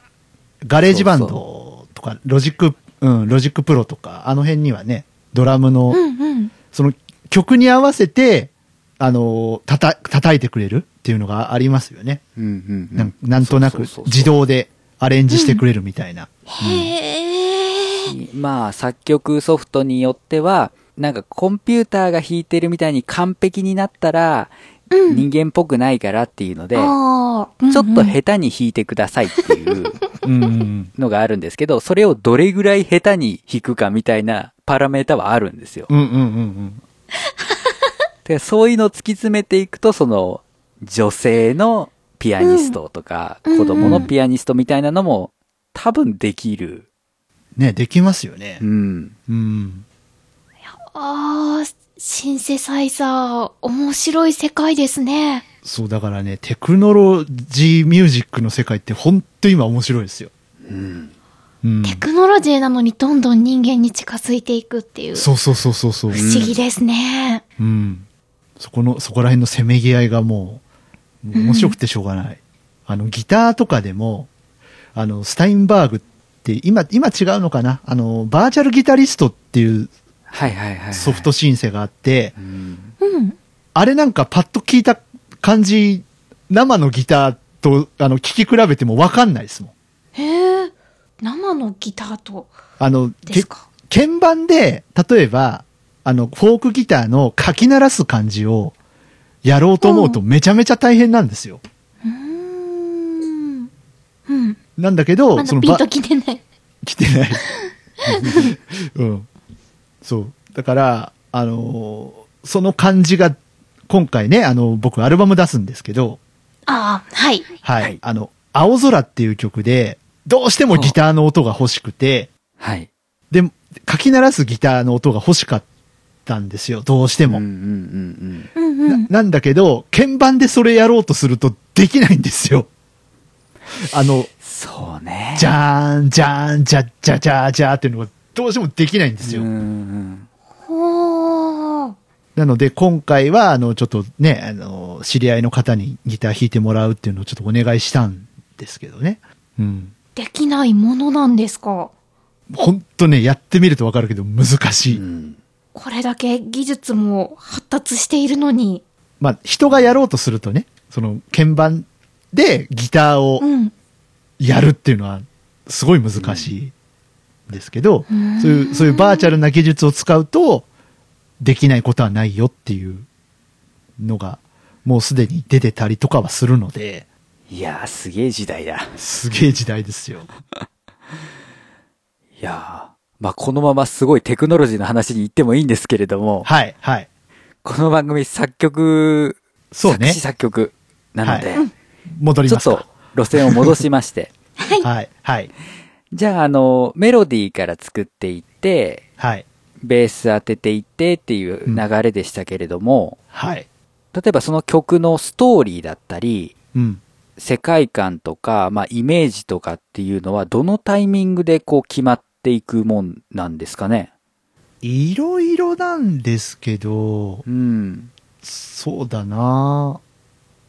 [SPEAKER 4] ガレージバンドとか、ロジック、うん、ロジックプロとか、あの辺にはね、ドラムの、
[SPEAKER 3] うんうん。
[SPEAKER 4] その曲に合わせて、あの、たた、叩いてくれるっていうのがありますよね。
[SPEAKER 1] うんうんうん
[SPEAKER 4] なんなんとなく
[SPEAKER 1] そうそうそうそう
[SPEAKER 4] 自動でアレンジしてくれるみたいな。
[SPEAKER 3] へえ。
[SPEAKER 1] まあ、作曲ソフトによっては、なんかコンピューターが弾いてるみたいに完璧になったら、
[SPEAKER 3] うん
[SPEAKER 1] 人間っぽくないからっていうので、ちょ
[SPEAKER 3] ああ。
[SPEAKER 1] っと下手に弾いてくださいっていう
[SPEAKER 4] うんうん
[SPEAKER 1] のがあるんですけど、それをどれぐらい下手に弾くかみたいなパラメータはあるんですよ。
[SPEAKER 4] うん。うんうんうん
[SPEAKER 1] でそういうのを突き詰めていくと、その、女性のピアニストとか、
[SPEAKER 3] うん
[SPEAKER 1] 子供のピアニストみたいなのも、多分できる。
[SPEAKER 4] うん。ね、できますよね
[SPEAKER 1] う。ん。
[SPEAKER 4] うん。
[SPEAKER 3] ああ、シンセサイザー、面白い世界ですね。
[SPEAKER 4] そう、だからね、テクノロジーミュージックの世界ってほんと今面白いですよ。うん。
[SPEAKER 3] テクノロジーなのにどんどん人間に近づいていくっていう。
[SPEAKER 4] そうそうそうそうそう。
[SPEAKER 3] 不思議ですね。
[SPEAKER 4] うん。そこの、そこら辺のせめぎ合いがもう、もう面白くてしょうがない。あの、ギターとかでも、あの、スタインバーグって、今、今違うのかなあの、バーチャルギタリストっていう
[SPEAKER 1] はいはいはいはい。
[SPEAKER 4] ソフトシンセがあって
[SPEAKER 1] う、ん。
[SPEAKER 3] うん。
[SPEAKER 4] あれなんかパッと聞いた感じ、生のギターと、あの、聞き比べてもわかんないですもん。
[SPEAKER 3] へえ。生のギターと、
[SPEAKER 4] あの、
[SPEAKER 3] です
[SPEAKER 4] け
[SPEAKER 3] か。
[SPEAKER 4] 鍵盤で、例えば、あの、フォークギターのかき鳴らす感じをやろうと思うと
[SPEAKER 3] う
[SPEAKER 4] めちゃめちゃ大変なんですよ。
[SPEAKER 3] うーん。うん。
[SPEAKER 4] なんだけど、
[SPEAKER 3] ま
[SPEAKER 4] そ
[SPEAKER 3] だ
[SPEAKER 4] の
[SPEAKER 3] ピン
[SPEAKER 4] ば
[SPEAKER 3] ときてない。
[SPEAKER 4] 来てない。 うん。そう。だから、あのーその感じが、今回ね、あの、僕アルバム出すんですけど、
[SPEAKER 3] ああ、はい。
[SPEAKER 4] はい。
[SPEAKER 1] はい
[SPEAKER 4] あの、青空っていう曲で、どうしてもギターの音が欲しくて、
[SPEAKER 1] はい。
[SPEAKER 4] で、かき鳴らすギターの音が欲しかったんですよ、どうして
[SPEAKER 1] うん
[SPEAKER 4] も。
[SPEAKER 1] うんうん
[SPEAKER 3] うんう。
[SPEAKER 4] なんなんだけど、鍵盤でそれやろうとするとできないんですよ。あ
[SPEAKER 1] う
[SPEAKER 4] の、
[SPEAKER 1] ん。そうね。
[SPEAKER 4] じ
[SPEAKER 1] あ。
[SPEAKER 4] ゃーん、じゃーん、じゃっじゃじゃーじゃーっていうのがどうしてもできないんです
[SPEAKER 1] う
[SPEAKER 4] よ。
[SPEAKER 1] んうん。
[SPEAKER 3] ほー。
[SPEAKER 4] なので、今回は、あの、ちょっとね、あの、知り合いの方にギター弾いてもらうっていうのをちょっとお願いしたんですけどね。うん。
[SPEAKER 3] できないものなんですか。
[SPEAKER 4] ほんとね、やってみるとわかるけど難しい。
[SPEAKER 1] うん。
[SPEAKER 3] これだけ技術も発達しているのに。
[SPEAKER 4] まあ、人がやろうとするとね、その、鍵盤でギターを
[SPEAKER 3] うん。
[SPEAKER 4] やるっていうのは、すごい難しいんですけど、
[SPEAKER 3] うん
[SPEAKER 4] そういう、そういうバーチャルな技術を使うと、できないことはないよっていうのが、もうすでに出てたりとかはするので、
[SPEAKER 1] いやー、すげえ時代だ。
[SPEAKER 4] すげえ時代ですよ。
[SPEAKER 1] いやー。まあ、このまますごいテクノロジーの話に行ってもいいんですけれども、
[SPEAKER 4] はい、はい。
[SPEAKER 1] この番組作曲、
[SPEAKER 4] そうね
[SPEAKER 1] 作詞作曲なので、
[SPEAKER 4] は戻り
[SPEAKER 1] ちょっ
[SPEAKER 4] ます
[SPEAKER 1] と
[SPEAKER 4] か。
[SPEAKER 1] 路線を戻しま して、
[SPEAKER 4] はい、はい、
[SPEAKER 1] じゃあ、あの、メロディーから作っていって、
[SPEAKER 4] はい、
[SPEAKER 1] ベース当てていってっていう流れでしたけれども、
[SPEAKER 4] はい。
[SPEAKER 1] 例えばその曲のストーリーだったり、
[SPEAKER 4] うん。
[SPEAKER 1] 世界観とか、まあ、イメージとかっていうのは、どのタイミングでこう決まっていくもんなんですかね。
[SPEAKER 4] いろいろなんですけど、
[SPEAKER 1] うん。
[SPEAKER 4] そうだな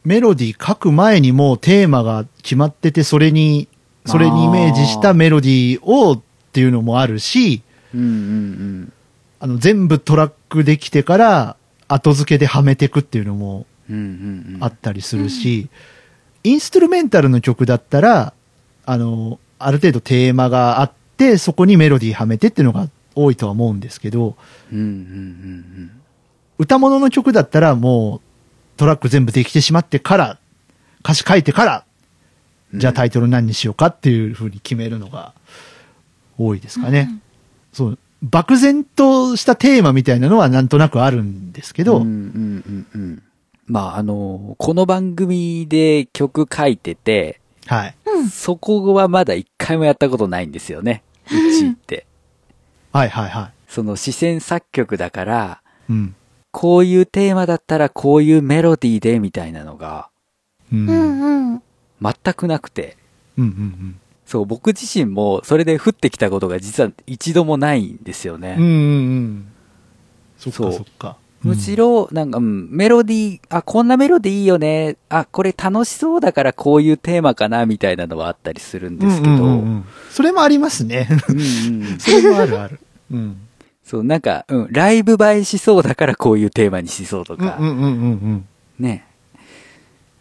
[SPEAKER 4] メロディー書く前にもうテーマが決まってて、それに、それにイメージしたメロディーをっていうのもあるし、
[SPEAKER 1] うんうんうん。
[SPEAKER 4] あの、全部トラックできてから、後付けではめてくっていうのも
[SPEAKER 1] うんうんうん。
[SPEAKER 4] あったりするし、インストゥルメンタルの曲だったら、あの、ある程度テーマがあって、そこにメロディーはめてっていうのが多いとは思うんですけど、
[SPEAKER 1] うんうんうん
[SPEAKER 4] 歌物の曲だったらもうトラック全部できてしまってから、歌詞書いてから、
[SPEAKER 1] うん。
[SPEAKER 4] じゃあタイトル何にしようかっていう風に決めるのが多いですかね。そう。漠然としたテーマみたいなのはなんとなくあるんですけど、
[SPEAKER 1] うんうんうんうん。まあ、あの、この番組で曲書いてて、
[SPEAKER 4] はい。
[SPEAKER 1] そこはまだ一回もやったことないんですよね。うちって。
[SPEAKER 4] はいはいは
[SPEAKER 1] その視線作曲だから、
[SPEAKER 4] い。うん。
[SPEAKER 1] こういうテーマだったらこういうメロディーでみたいなのが
[SPEAKER 4] うん。
[SPEAKER 3] う
[SPEAKER 4] うん
[SPEAKER 3] んうん。
[SPEAKER 1] 全くなくて、
[SPEAKER 4] うんうん。
[SPEAKER 1] そう、僕自身もそれで降ってきたことが実は一度もないんですよ
[SPEAKER 4] うんう
[SPEAKER 1] ね。
[SPEAKER 4] んうん。そっ
[SPEAKER 1] そ
[SPEAKER 4] か
[SPEAKER 1] う
[SPEAKER 4] そっか。
[SPEAKER 1] むしろ、なんか、うん、メロディー、あ、こんなメロディーいいよね。あ、これ楽しそうだからこういうテーマかな、みたいなのはあったりするん
[SPEAKER 4] う
[SPEAKER 1] で
[SPEAKER 4] ん
[SPEAKER 1] すけど。
[SPEAKER 4] うんうんうんそれもありますね。
[SPEAKER 1] うんうん
[SPEAKER 4] それもあるある。うん。
[SPEAKER 1] そう、なんか、うん、ライブ映えしそうだからこういうテーマにしそうと
[SPEAKER 4] うん
[SPEAKER 1] か、
[SPEAKER 4] うんうんうんうん。
[SPEAKER 1] ね。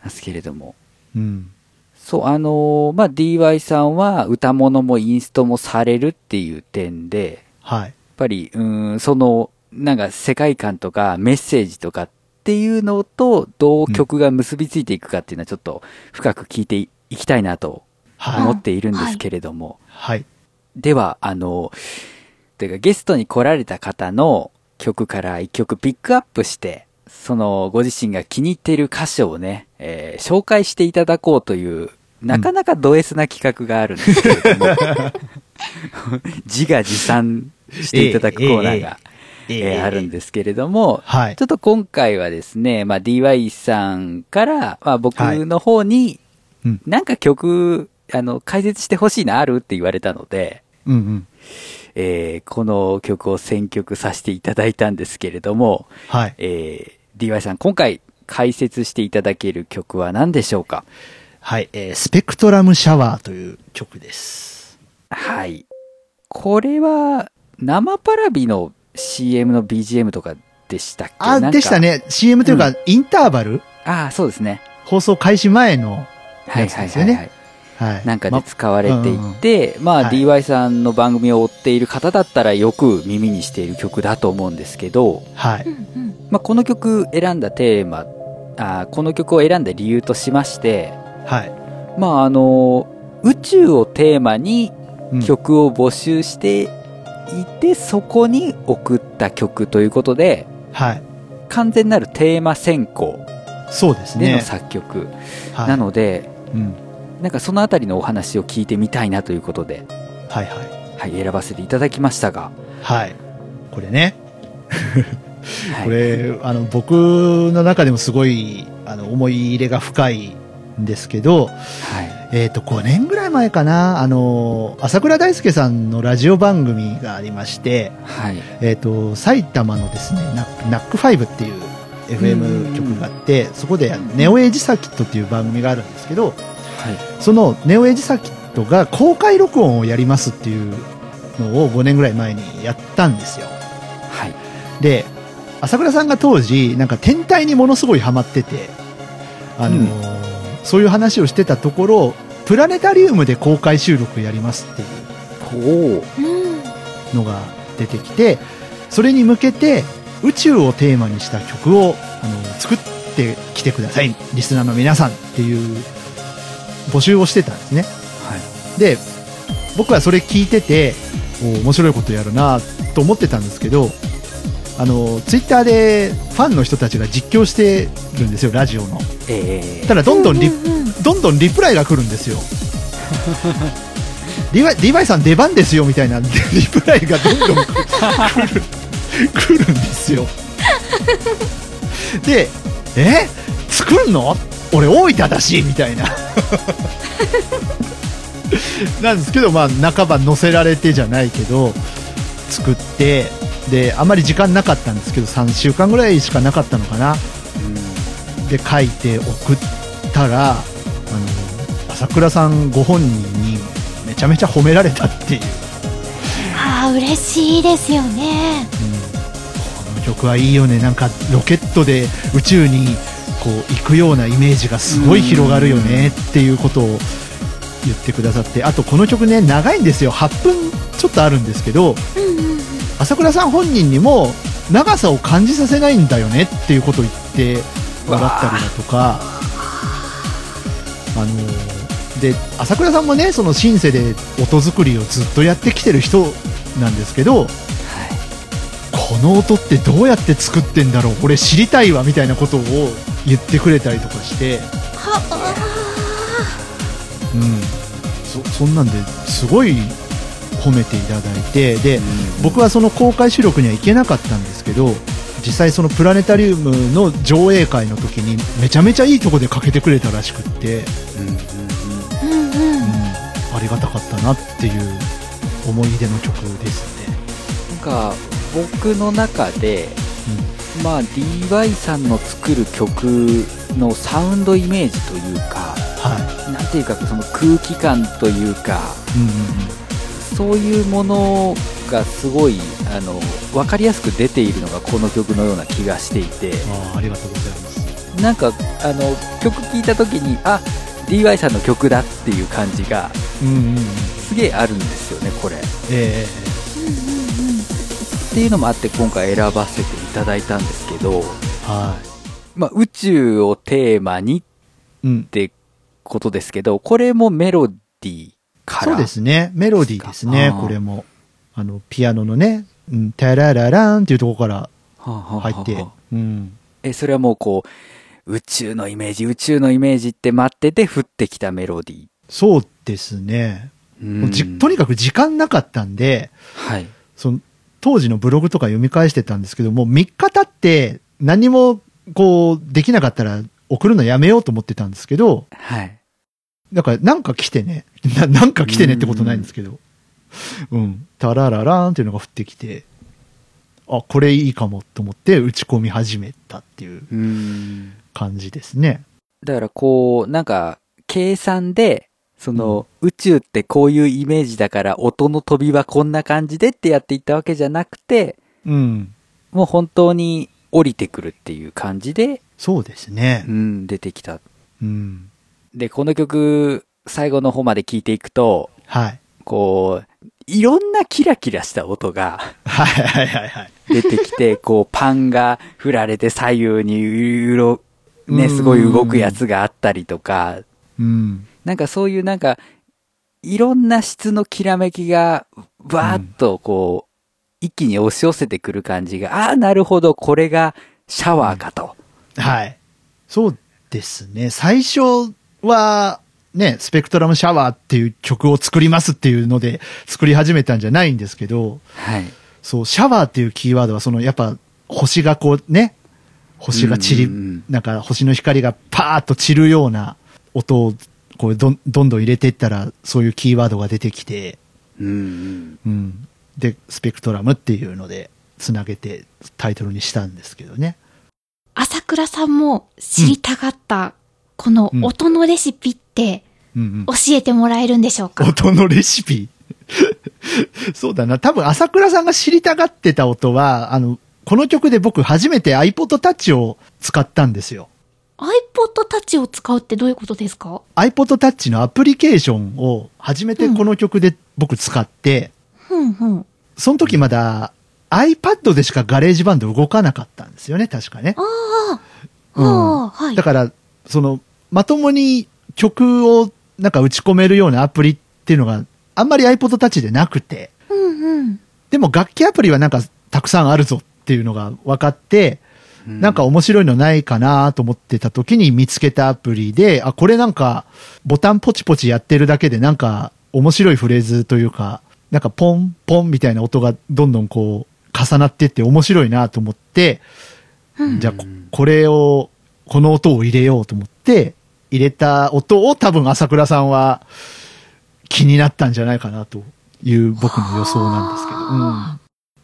[SPEAKER 1] なんですけれども。
[SPEAKER 4] うん。
[SPEAKER 1] そう、あのーまあ、DY さんは歌物もインストもされるっていう点で、やっ
[SPEAKER 4] はい。
[SPEAKER 1] ぱり、うーん、その、なんか世界観とかメッセージとかっていうのと、どう曲が結びついていくかっていうのはちょっと深く聞いていきたいなと
[SPEAKER 4] は
[SPEAKER 1] 思
[SPEAKER 4] い。
[SPEAKER 1] っているんですけれども、
[SPEAKER 4] はい。
[SPEAKER 1] では、あの、というかゲストに来られた方の曲から一曲ピックアップして、そのご自身が気に入っている歌詞をね、えー紹介していただこうという、なかなかド S な企画があるんですけれど も、自画自賛していただくコーナーが、えーあるんですけれども、
[SPEAKER 4] はい
[SPEAKER 1] ちょ。っと今回はですね、まあ、DY さんから、まあ、僕の方に、
[SPEAKER 4] うん。
[SPEAKER 1] なんか曲、あの、解説してほしいな、あるって言われたので、
[SPEAKER 4] うんうん。
[SPEAKER 1] えーこの曲を選曲させていただいたんですけれども、
[SPEAKER 4] はい。
[SPEAKER 1] えー DY さん、今回解説していただける曲は何でしょうか
[SPEAKER 4] はい、えースペクトラムシャワーという曲です。
[SPEAKER 1] はい。これは、生パラビの CM の BGM とかでしたっけ
[SPEAKER 4] あ、
[SPEAKER 1] なんか
[SPEAKER 4] でしたね。CM というか、
[SPEAKER 1] う
[SPEAKER 4] インターバル
[SPEAKER 1] ああ、そうですね。
[SPEAKER 4] 放送開始前の、
[SPEAKER 1] はい
[SPEAKER 4] やつ
[SPEAKER 1] は
[SPEAKER 4] で
[SPEAKER 1] い
[SPEAKER 4] す
[SPEAKER 1] は
[SPEAKER 4] よ
[SPEAKER 1] い、
[SPEAKER 4] ね
[SPEAKER 1] はい。
[SPEAKER 4] はい。
[SPEAKER 1] なんかで
[SPEAKER 4] ま
[SPEAKER 1] 使われていて、まあ、
[SPEAKER 4] はい
[SPEAKER 1] DY さんの番組を追っている方だったらよく耳にしている曲だと思うんですけど、
[SPEAKER 4] は
[SPEAKER 3] う
[SPEAKER 4] い。
[SPEAKER 3] んうん。
[SPEAKER 1] まあ、この曲選んだテーマあーこの曲を選んだ理由としまして、
[SPEAKER 4] はい。
[SPEAKER 1] まああの宇宙をテーマに
[SPEAKER 4] うん
[SPEAKER 1] 曲を募集していて、そこに送った曲ということで
[SPEAKER 4] はい。
[SPEAKER 1] 完全なるテーマ選考
[SPEAKER 4] そうです
[SPEAKER 1] での
[SPEAKER 4] ね。
[SPEAKER 1] 作曲、
[SPEAKER 4] はい
[SPEAKER 1] なので、
[SPEAKER 4] うん。
[SPEAKER 1] なんかそのあたりのお話を聞いてみたいなということで、
[SPEAKER 4] はいはい。
[SPEAKER 1] はい、選ばせていただきましたが、
[SPEAKER 4] はい。これね。
[SPEAKER 1] はい、
[SPEAKER 4] これ、あの、僕の中でもすごい、あの、思い入れが深いんですけど、
[SPEAKER 1] はい、
[SPEAKER 4] えっ、と、5年ぐらい前かな、あの、朝倉大輔さんのラジオ番組がありまして、
[SPEAKER 1] はい、
[SPEAKER 4] えっ、と、埼玉のですね、ナナックファイブっていう
[SPEAKER 1] うん
[SPEAKER 4] FM 局があって、そこで、ネオエイジサーキットっていう番組があるんですけど、
[SPEAKER 1] はい、
[SPEAKER 4] そのネオエイジサーキットが公開録音をやりますっていうのを5年ぐらい前にやったんですよ。
[SPEAKER 1] はい、
[SPEAKER 4] で、朝倉さんが当時、なんか天体にものすごいハマってて、あのーそういう話をしてたところ、プラネタリウムで公開収録やりますっていう
[SPEAKER 1] おお、
[SPEAKER 3] うん。
[SPEAKER 4] のが出てきて、それに向けて宇宙をテーマにした曲を、あの作ってきてください、リスナーの皆さんっていう募集をしてたんですね。
[SPEAKER 1] はい、
[SPEAKER 4] で僕はそれ聞いててお面白いことやるなと思ってたんですけどあのツイッターでファンの人たちが実況してるんですよラジオの
[SPEAKER 1] えー
[SPEAKER 4] た、らどんどんリ,、
[SPEAKER 3] ううんうん
[SPEAKER 4] どんどんリプライが来るんですよ リヴァイリヴァイさん出番ですよみたいな リプライがどんどん来る 来るんですよでえ作るの俺大分だしみたいな なんですけどまあ半ば乗せられてじゃないけど作ってであまり時間なかったんですけど3週間ぐらいしかなかったのかなで書いて送ったらあの朝倉さんご本人にめちゃめちゃ褒められたっていう、
[SPEAKER 3] ああ、嬉しいですよね。
[SPEAKER 4] この曲はいいよねなんかロケットで宇宙にこう行くようなイメージがすごい広がるよねっていうことを言ってくださってあとこの曲ね長いんですよ8分ちょっとあるんですけど
[SPEAKER 3] うんうんうん。
[SPEAKER 4] 朝倉さん本人にも長さを感じさせないんだよねっていうことを言ってもらったりだとかあので朝倉さんもねそのシンセで音作りをずっとやってきてる人なんですけどこの音ってどうやって作ってんだろう俺知りたいわみたいなことを言ってくれたりとかして、
[SPEAKER 3] はあ
[SPEAKER 4] うん、そそんなんですごい褒めていただいてで、僕はその公開収録には行けなかったんですけど実際そのプラネタリウムの上映会の時にめちゃめちゃいいとこでかけてくれたらしくって、
[SPEAKER 1] うんうんうん
[SPEAKER 3] ー。うんうん。
[SPEAKER 4] ありがたかったなっていう思い出の曲ですね、
[SPEAKER 1] なんか僕の中で、まあ、DY さんの作る曲のサウンドイメージというか
[SPEAKER 4] は
[SPEAKER 1] なんていうかその空気感というか
[SPEAKER 4] い、うんうんうん
[SPEAKER 1] そういうものがすごいあの分かりやすく出ているのがこの曲のような気がしていて
[SPEAKER 4] あーありがとうございます
[SPEAKER 1] なんかあの曲聴いた時にあ DY さんの曲だっていう感じが
[SPEAKER 4] うんうんうん
[SPEAKER 1] すげえあるんですよねこれ。っ
[SPEAKER 4] ええ
[SPEAKER 1] ていうのもあって今回選ばせていただいたんですけど。
[SPEAKER 4] は
[SPEAKER 1] まあ、宇宙をテーマにっ
[SPEAKER 4] い、うん、
[SPEAKER 1] てことですけど、これもメロディーから。
[SPEAKER 4] そうですねメロディーです
[SPEAKER 1] で
[SPEAKER 4] ね
[SPEAKER 1] すか
[SPEAKER 4] これもあのピアノのね「うん、タラララーン」っていうところから
[SPEAKER 1] はあはあはあはあ。
[SPEAKER 4] 入って、うん、
[SPEAKER 1] え、それはもうこう、宇宙のイメージ、宇宙のイメージって待ってて降ってきたメロディー。
[SPEAKER 4] そうですね
[SPEAKER 1] うん
[SPEAKER 4] じとにかく時間なかったんで、
[SPEAKER 1] はい。
[SPEAKER 4] その当時のブログとか読み返してたんですけど、もう3日経って何もこうできなかったら送るのやめようと思ってたんですけど、
[SPEAKER 1] はい。
[SPEAKER 4] なんか、なんか来てね。 ななんか来てねってことないんですけど。うん。タラララーンっていうのが降ってきて、あ、これいいかもと思って打ち込み始めたっていう
[SPEAKER 1] うん。
[SPEAKER 4] 感じですね。
[SPEAKER 1] だからこう、なんか、計算で、その、宇宙ってこういうイメージだから音の飛びはこんな感じでってやっていったわけじゃなくて、
[SPEAKER 4] うん。
[SPEAKER 1] もう本当に降りてくるっていう感じで、
[SPEAKER 4] そうですね
[SPEAKER 1] う。ん、出てきた。
[SPEAKER 4] うん。
[SPEAKER 1] で、この曲、最後の方まで聴いていくと、
[SPEAKER 4] はい。
[SPEAKER 1] こう、いろんなキラキラした音 が
[SPEAKER 4] はいはいはいはい。
[SPEAKER 1] 出てきて、こう、パンが振られて左右にうろ、ね、すごい動くやつがあったりとか、
[SPEAKER 4] うん。
[SPEAKER 1] なんかそういうなんか、いろんな質のきらめきが、わーっとこう、一気に押し寄せてくる感じが、ああ、なるほど、これがシャワーかと。
[SPEAKER 4] はい。そうですね。最初は、ね、スペクトラムシャワーっていう曲を作りますっていうので作り始めたんじゃないんですけど、
[SPEAKER 1] はい。
[SPEAKER 4] そう、シャワーっていうキーワードは、その、やっぱ、星がこうね、星が散り、
[SPEAKER 1] うんうんうん
[SPEAKER 4] なんか星の光がパーッと散るような音を、こうどん、どんどん入れていったら、そういうキーワードが出てきて、
[SPEAKER 1] うんうん。
[SPEAKER 4] うん。で、スペクトラムっていうので、つなげてタイトルにしたんですけどね。
[SPEAKER 3] 朝倉さんも知りたがった、この音のレシピって
[SPEAKER 4] うん
[SPEAKER 3] 教えてもらえるんでしょう
[SPEAKER 4] う
[SPEAKER 3] か、
[SPEAKER 4] ん。音のレシピ。 そうだな。多分、朝倉さんが知りたがってた音は、あの、この曲で僕初めて iPod Touch を使ったんですよ。
[SPEAKER 3] iPod Touch を使うってどういうことですか
[SPEAKER 4] iPod Touch のアプリケーションを初めてこの曲で僕使って、
[SPEAKER 3] ふんふん。
[SPEAKER 4] その時まだ iPad でしかガレージバンド動かなかったんですよね、確かね。
[SPEAKER 3] ああ、
[SPEAKER 4] うん
[SPEAKER 3] ああ、はい。
[SPEAKER 4] だから、その、まともに曲をなんか打ち込めるようなアプリっていうのがあんまり iPod Touch でなくて、
[SPEAKER 3] うんうん。
[SPEAKER 4] でも楽器アプリはなんかたくさんあるぞっていうのが分かって、
[SPEAKER 1] うん
[SPEAKER 4] なんか面白いのないかなと思ってた時に見つけたアプリで、あ、これなんかボタンポチポチやってるだけでなんか面白いフレーズというか、なんかポンポンみたいな音がどんどんこう重なってって面白いなと思って、
[SPEAKER 3] うん
[SPEAKER 4] じゃあここれを、この音を入れようと思って、入れた音を多分朝倉さんは気になったんじゃないかなという僕の予想なんですけど。
[SPEAKER 3] は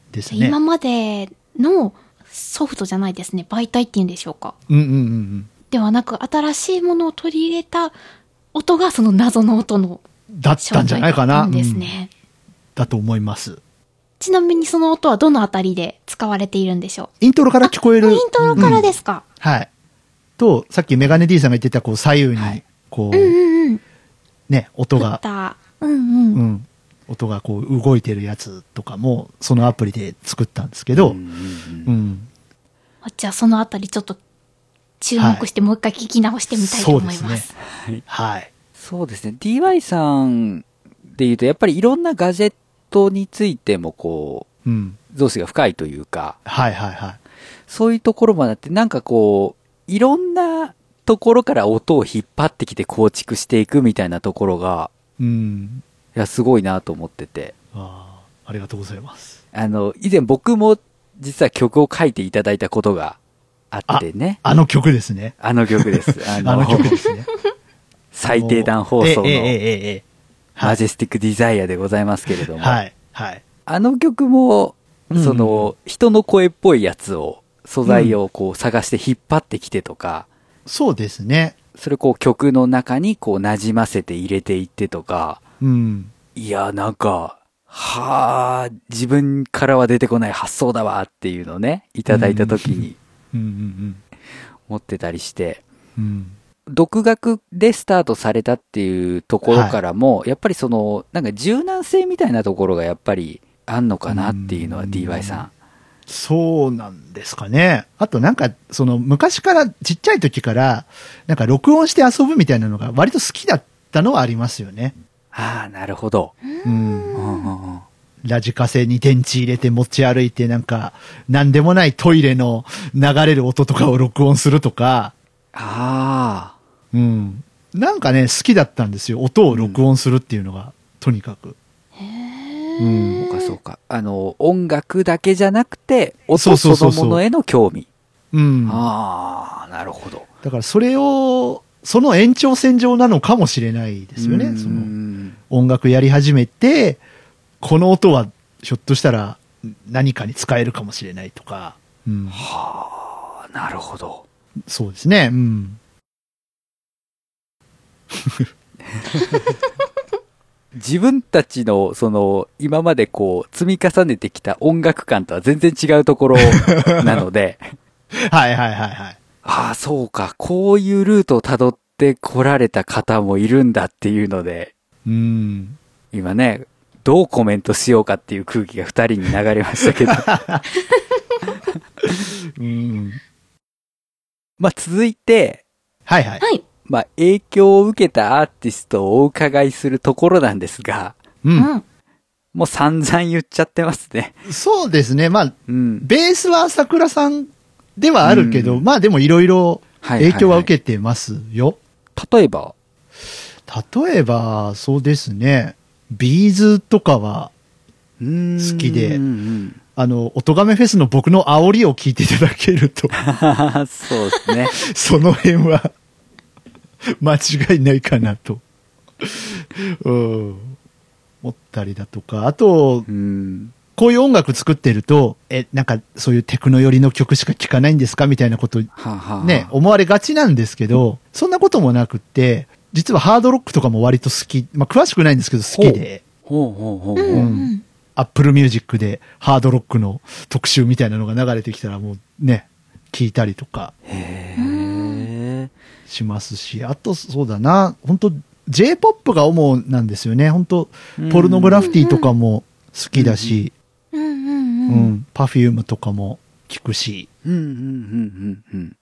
[SPEAKER 4] うん、ですね
[SPEAKER 3] 今。までのソフトじゃないですね。媒体っていうんでしょうか。
[SPEAKER 4] うんうんうんうん。
[SPEAKER 3] ではなく、新しいものを取り入れた音がその謎の音の
[SPEAKER 4] だった
[SPEAKER 3] 正
[SPEAKER 4] んじゃ
[SPEAKER 3] 体
[SPEAKER 4] ないかな。
[SPEAKER 3] だったんです
[SPEAKER 4] うん
[SPEAKER 3] ね。
[SPEAKER 4] だと思います。
[SPEAKER 3] ちなみにその音はどのあたりで使われているんでしょ
[SPEAKER 4] イントロから聞こえ
[SPEAKER 3] う。も
[SPEAKER 4] る。
[SPEAKER 3] うイントロからですか。
[SPEAKER 4] うんはい。と、さっきメガネ D さんが言ってた、こう、左右
[SPEAKER 1] は
[SPEAKER 4] に
[SPEAKER 1] い、
[SPEAKER 4] こ
[SPEAKER 3] うん
[SPEAKER 4] う、
[SPEAKER 3] うんうん。
[SPEAKER 4] ね、音
[SPEAKER 3] 振っ
[SPEAKER 4] が、
[SPEAKER 3] た。うん
[SPEAKER 4] う
[SPEAKER 3] うん。
[SPEAKER 4] ん、音がこう、動いてるやつとかも、そのアプリで作ったんですけど
[SPEAKER 1] うん、うんう
[SPEAKER 4] うんん。
[SPEAKER 3] じゃあそのあたりちょっと注目してもう一回聞き直してみたいと思います。
[SPEAKER 4] そうですはい。
[SPEAKER 1] そうですね。DY さんで言うと、やっぱりいろんなガジェットについてもこ
[SPEAKER 4] うん。
[SPEAKER 1] う、増資が深いというか、
[SPEAKER 4] はいはいはい。
[SPEAKER 1] そういうところもあって、なんかこう、いろんなところから音を引っ張ってきて構築していくみたいなところが、
[SPEAKER 4] うん。
[SPEAKER 1] いや、すごいなと思ってて。
[SPEAKER 4] ああ、ありがとうございます。
[SPEAKER 1] あの、以前僕も実は曲を書いていただいたことがあってね。
[SPEAKER 4] あの曲ですね。
[SPEAKER 1] あの曲 です。あ
[SPEAKER 4] あの曲で すね。
[SPEAKER 1] 最低段放送
[SPEAKER 4] えええ
[SPEAKER 1] の
[SPEAKER 4] ええええ
[SPEAKER 1] マジェスティックデザイアでございますけれど
[SPEAKER 4] え
[SPEAKER 1] も。
[SPEAKER 4] はい。はい。
[SPEAKER 1] あの曲も、
[SPEAKER 4] うん
[SPEAKER 1] その、人の声っぽいやつを、素材をこう探して引っ張ってきてとか、
[SPEAKER 4] そうですね。
[SPEAKER 1] それこう曲の中にこう馴染ませて入れていってとか、
[SPEAKER 4] うん。
[SPEAKER 1] いや、なんか、はあ、自分からは出てこない発想だわっていうのをね、いただいた時に
[SPEAKER 4] うんうん
[SPEAKER 1] 持ってたりして、
[SPEAKER 4] うん。うん。
[SPEAKER 1] 独学でスタートされたっていうところからも、やっぱりその、なんか柔軟性みたいなところがやっぱりあんのかなっていうのは
[SPEAKER 4] うん
[SPEAKER 1] DY さ
[SPEAKER 4] そうなんですかね。あとなんか、その昔から、ちっちゃい時から、なんか録音して遊ぶみたいなのが割と好きだったのはありますよね。
[SPEAKER 1] ん。ああ、なるほど。
[SPEAKER 4] うん。
[SPEAKER 1] うんうんうん
[SPEAKER 4] ラジカセに電池入れて持ち歩いて、なんか、なんでもないトイレの流れる音とかを録音するとか、
[SPEAKER 1] あ
[SPEAKER 4] うん。なんかね、好きだったんですよ。音を録音するっていうのが、とにかく。う
[SPEAKER 1] あ、
[SPEAKER 4] ん。
[SPEAKER 1] そうかそうか。あの、音楽だけじゃなくて、
[SPEAKER 4] そ
[SPEAKER 1] 音
[SPEAKER 4] うそ
[SPEAKER 1] そ
[SPEAKER 4] うそ
[SPEAKER 1] の
[SPEAKER 4] うそう
[SPEAKER 1] ものへの興味。
[SPEAKER 4] うん。
[SPEAKER 1] ああ、なるほど。
[SPEAKER 4] だからそれを、その延長線上なのかもしれないです
[SPEAKER 1] う
[SPEAKER 4] よ
[SPEAKER 1] ん
[SPEAKER 4] ね。その音楽やり始めて、この音はひょっとしたら何かに使えるかもしれないとか、うん、
[SPEAKER 1] あなるほど。
[SPEAKER 4] そうですね。うん。
[SPEAKER 1] 自分たちの、その、今までこう、積み重ねてきた音楽感とは全然違うところなの で、
[SPEAKER 4] はいはいはいはい。
[SPEAKER 1] ああ、そうか、こういうルートを辿って来られた方もいるんだっていうので、
[SPEAKER 4] うん。
[SPEAKER 1] 今ね、どうコメントしようかっていう空気が二人に流れましたけ ど。
[SPEAKER 4] うん。
[SPEAKER 1] まあ続いて、
[SPEAKER 4] はいはい。
[SPEAKER 3] はい。
[SPEAKER 1] まあ影響を受けたアーティストをお伺いするところなんですが、
[SPEAKER 4] う。
[SPEAKER 3] うんん。
[SPEAKER 1] もう散々言っちゃってますね。
[SPEAKER 4] そうですね。まあ、
[SPEAKER 1] うん。
[SPEAKER 4] ベースは朝倉さんではあるけど、
[SPEAKER 1] うん
[SPEAKER 4] まあでもいろいろ
[SPEAKER 1] は
[SPEAKER 4] 影響は
[SPEAKER 1] け
[SPEAKER 4] 受けてますよ。
[SPEAKER 1] 例えば、
[SPEAKER 4] 例えば、そうですね。ビーズとかは、
[SPEAKER 1] 好
[SPEAKER 4] 好きで
[SPEAKER 1] うん
[SPEAKER 4] あの、おとがめフェスの僕の煽りを聞いていただけると、
[SPEAKER 1] うん、 そうですね。
[SPEAKER 4] その辺は、間違いないかなと、うん、思ったりだとか、あと
[SPEAKER 1] う、ん。
[SPEAKER 4] こういう音楽作ってると、え、なんかそういうテクノ寄りの曲しか聴かないんですかみたいなこと
[SPEAKER 1] はあはあ
[SPEAKER 4] ね、思われがちなんですけど、そんなこともなくって、実はハードロックとかも割と好き、まあ詳しくないんですけど好きで、
[SPEAKER 1] ほうほうほうほ
[SPEAKER 3] うん。
[SPEAKER 1] う。
[SPEAKER 3] うん。
[SPEAKER 4] アップルミュージックでハードロックの特集みたいなのが流れてきたらもうね、聞いたりとか
[SPEAKER 1] へえ。
[SPEAKER 4] しますし、あとそうだな、本当 J-POP が主なんですよね。本当ポルノグラフィティとかも好きだし、
[SPEAKER 3] うん。うん
[SPEAKER 4] う
[SPEAKER 3] うん。
[SPEAKER 4] ん、パフュームとかも聞くし、
[SPEAKER 1] うんうんうんうん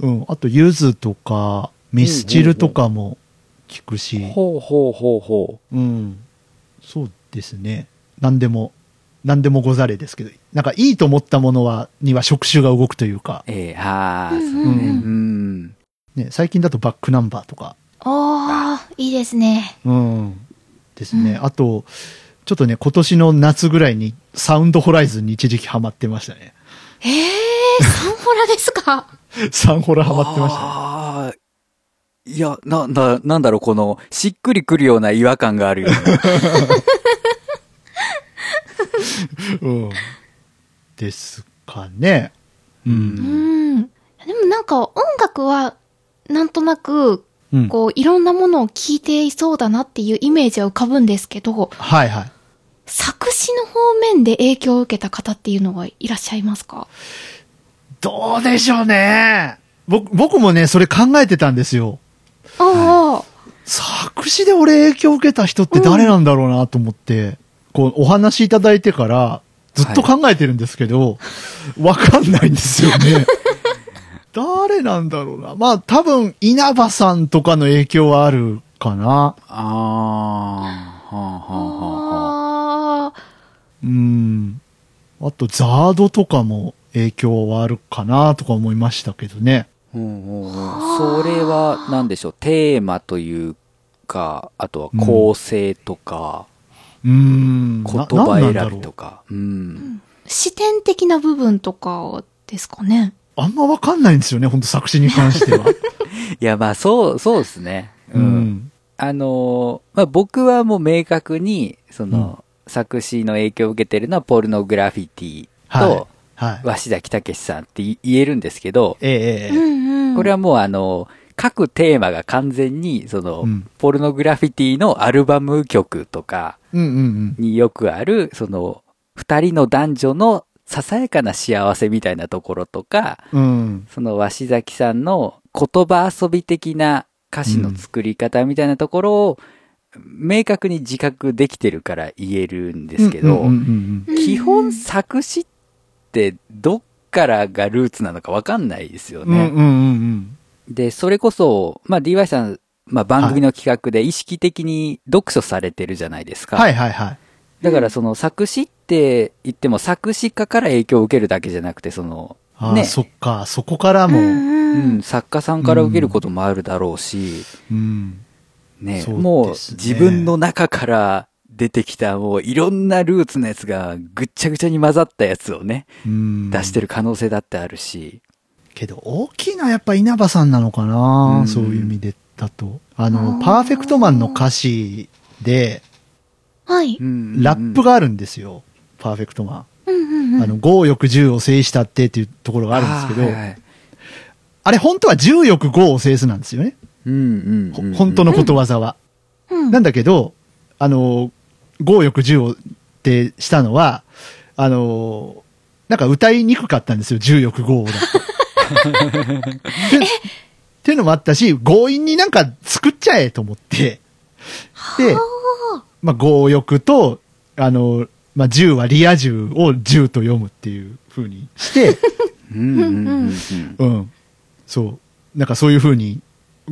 [SPEAKER 1] うん。
[SPEAKER 4] うん、あとユズとか、ミスチルとかも聞くし、
[SPEAKER 1] ほうほうほうほ
[SPEAKER 4] うん。そうですね。何でも、何でもござれですけど、なんかいいと思ったものは、には触手が動くというか
[SPEAKER 1] う。、ええ、はあ、
[SPEAKER 3] う
[SPEAKER 1] そ
[SPEAKER 3] ん
[SPEAKER 1] う
[SPEAKER 3] う
[SPEAKER 1] ね。
[SPEAKER 3] んう。
[SPEAKER 1] うんん。
[SPEAKER 4] ね、最近だとバックナンバーとか、
[SPEAKER 3] おー、いいですね。
[SPEAKER 4] うん。ですね。
[SPEAKER 3] うん
[SPEAKER 4] あと、ちょっとね、今年の夏ぐらいに、サウンドホライズンに一時期ハマってました ね。
[SPEAKER 3] えー、サンホラですか
[SPEAKER 4] サンホラハマってましたね。
[SPEAKER 1] ああ。いや、な、な、なんだろう、この、しっくりくるような違和感があるような。
[SPEAKER 4] うん。ですかね。 うん。
[SPEAKER 3] うん。でもなんか音楽は、なんとなく、
[SPEAKER 4] うん。
[SPEAKER 3] こう、いろんなものを聴いていそうだなっていうイメージは浮かぶんですけど、
[SPEAKER 4] はいはい。
[SPEAKER 3] 作詞の方面で影響を受けた方っていうのはいらっしゃいますか
[SPEAKER 4] どうでしょうね。僕、僕もね、それ考えてたんですよ。
[SPEAKER 3] ああ、
[SPEAKER 4] 作詞で俺影響を受けた人って誰なんだろうなと思って、こう、お話いただいてから、ずっと考えてるんですけど、わ、かんないんですよ ね。誰なんだろうな。まあ、多分、稲葉さんとかの影響はあるかな。
[SPEAKER 1] ああー、はあはあはあはあ。
[SPEAKER 3] ああ、
[SPEAKER 4] うん。あと、ザードとかも影響はあるかなとか思いましたけどね。
[SPEAKER 1] うんうんうんそれは、なんでしょう、テーマというか、あとは構成とか、
[SPEAKER 4] うん。
[SPEAKER 1] 言
[SPEAKER 4] な
[SPEAKER 1] 葉
[SPEAKER 4] なんなんだ
[SPEAKER 1] 選
[SPEAKER 4] ろ
[SPEAKER 1] び
[SPEAKER 4] う
[SPEAKER 1] とか。うん。
[SPEAKER 3] 視点的な部分とかですかね。
[SPEAKER 4] あんまわかんないんですよね、本当作詞に関して は。
[SPEAKER 1] いや、まあ、そう、そうですね。う。
[SPEAKER 4] うんん。
[SPEAKER 1] あのー、まあ、僕はもう明確に、その、作詞の影響を受けてるのは、ポルノグラフィティと、
[SPEAKER 4] はい。はい。
[SPEAKER 1] 鷲崎武さんってい言えるんですけど、
[SPEAKER 4] ええええ
[SPEAKER 3] う。んうん。
[SPEAKER 1] これはもうあの、各テーマが完全に、その、
[SPEAKER 4] うん
[SPEAKER 1] ポルノグラフィティのアルバム曲とか
[SPEAKER 4] うんうんうん。
[SPEAKER 1] によくある、その、二人の男女のささやかな幸せみたいなところとか、
[SPEAKER 4] うん。
[SPEAKER 1] その鷲崎さんの言葉遊び的な歌詞の作り方みたいなところを明確に自覚できてるから言えるんですけど、
[SPEAKER 4] うんうんうん
[SPEAKER 3] うん
[SPEAKER 1] 基本作詞ってどっからがルーツなのかわかんないですよ
[SPEAKER 4] うん。うん
[SPEAKER 1] ね。
[SPEAKER 4] うんうん
[SPEAKER 1] で、それこそ、まあ DY さん、まあ番組の企画で意識的に読書されてるじゃないです
[SPEAKER 4] う
[SPEAKER 1] か。
[SPEAKER 4] ん。はいはいはい。
[SPEAKER 1] だからその作詞って言っても作詞家から影響を受けるだけじゃなくて、その、
[SPEAKER 4] ああ、
[SPEAKER 1] ね
[SPEAKER 4] そっか、そこから
[SPEAKER 3] う
[SPEAKER 4] も。うん。
[SPEAKER 3] ん
[SPEAKER 1] う
[SPEAKER 3] うん
[SPEAKER 1] ん、作家さんから受けることもあるだろうし、ね、
[SPEAKER 4] そうですね
[SPEAKER 1] もう自分の中から出てきたもういろんなルーツのやつがぐっちゃぐちゃに混ざったやつをね、
[SPEAKER 4] うん
[SPEAKER 1] 出してる可能性だってあるし、
[SPEAKER 4] けど、大きいのはやっぱ稲葉さんなのかな、
[SPEAKER 1] うん
[SPEAKER 4] そういう意味でだと。あ
[SPEAKER 3] あ
[SPEAKER 4] の、
[SPEAKER 3] ー
[SPEAKER 4] パーフェクトマンの歌詞で、
[SPEAKER 3] はい。
[SPEAKER 4] ラップ
[SPEAKER 1] が
[SPEAKER 4] があるんですよ。パーフェクトマ
[SPEAKER 3] うんうんう
[SPEAKER 4] ン。
[SPEAKER 3] ん。
[SPEAKER 4] あの、5欲10を制したってっていうところがあるんですけど、あ,、
[SPEAKER 1] はいはい
[SPEAKER 4] れ本当は10欲5を制すなんですよね。
[SPEAKER 1] うん
[SPEAKER 4] ほ本当のことわざは。
[SPEAKER 3] うん。
[SPEAKER 4] なん
[SPEAKER 3] だ
[SPEAKER 4] だけど、あの、強欲10をってしたのは、あの、なんか歌いにくかったんですよ、重欲5をだと。 でっていうのもあったし、強引になんか作っちゃえと思って。で、まあ、強欲と、あの、まあ、10はリア充を10と読むっていう風にして、
[SPEAKER 1] うんうんうん
[SPEAKER 4] うん。そう。なんかそういう風に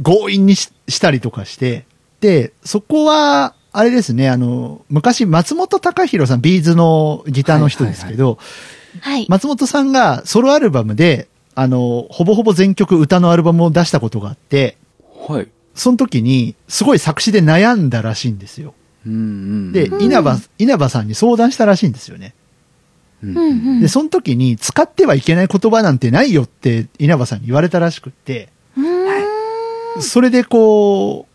[SPEAKER 4] 強引にししたりとかして。で、そこは、あれですね、あの、昔松本隆弘さん、ビーズのギターの人ですけど、
[SPEAKER 3] はい。
[SPEAKER 4] 松本さんがソロアルバムで、あの、ほぼほぼ全曲歌のアルバムを出したことがあって、
[SPEAKER 1] うんはい
[SPEAKER 4] その時に、すごい作詞で悩んだらしいんですよ。
[SPEAKER 1] うんうん
[SPEAKER 4] で、
[SPEAKER 1] うん
[SPEAKER 4] 稲葉、稲葉さんに相談したらしいんですよね。
[SPEAKER 1] うん
[SPEAKER 3] うんうん。
[SPEAKER 4] で、その時に、使ってはいけない言葉なんてないよって稲葉さんに言われたらしくって、
[SPEAKER 3] うーん。
[SPEAKER 4] それでこ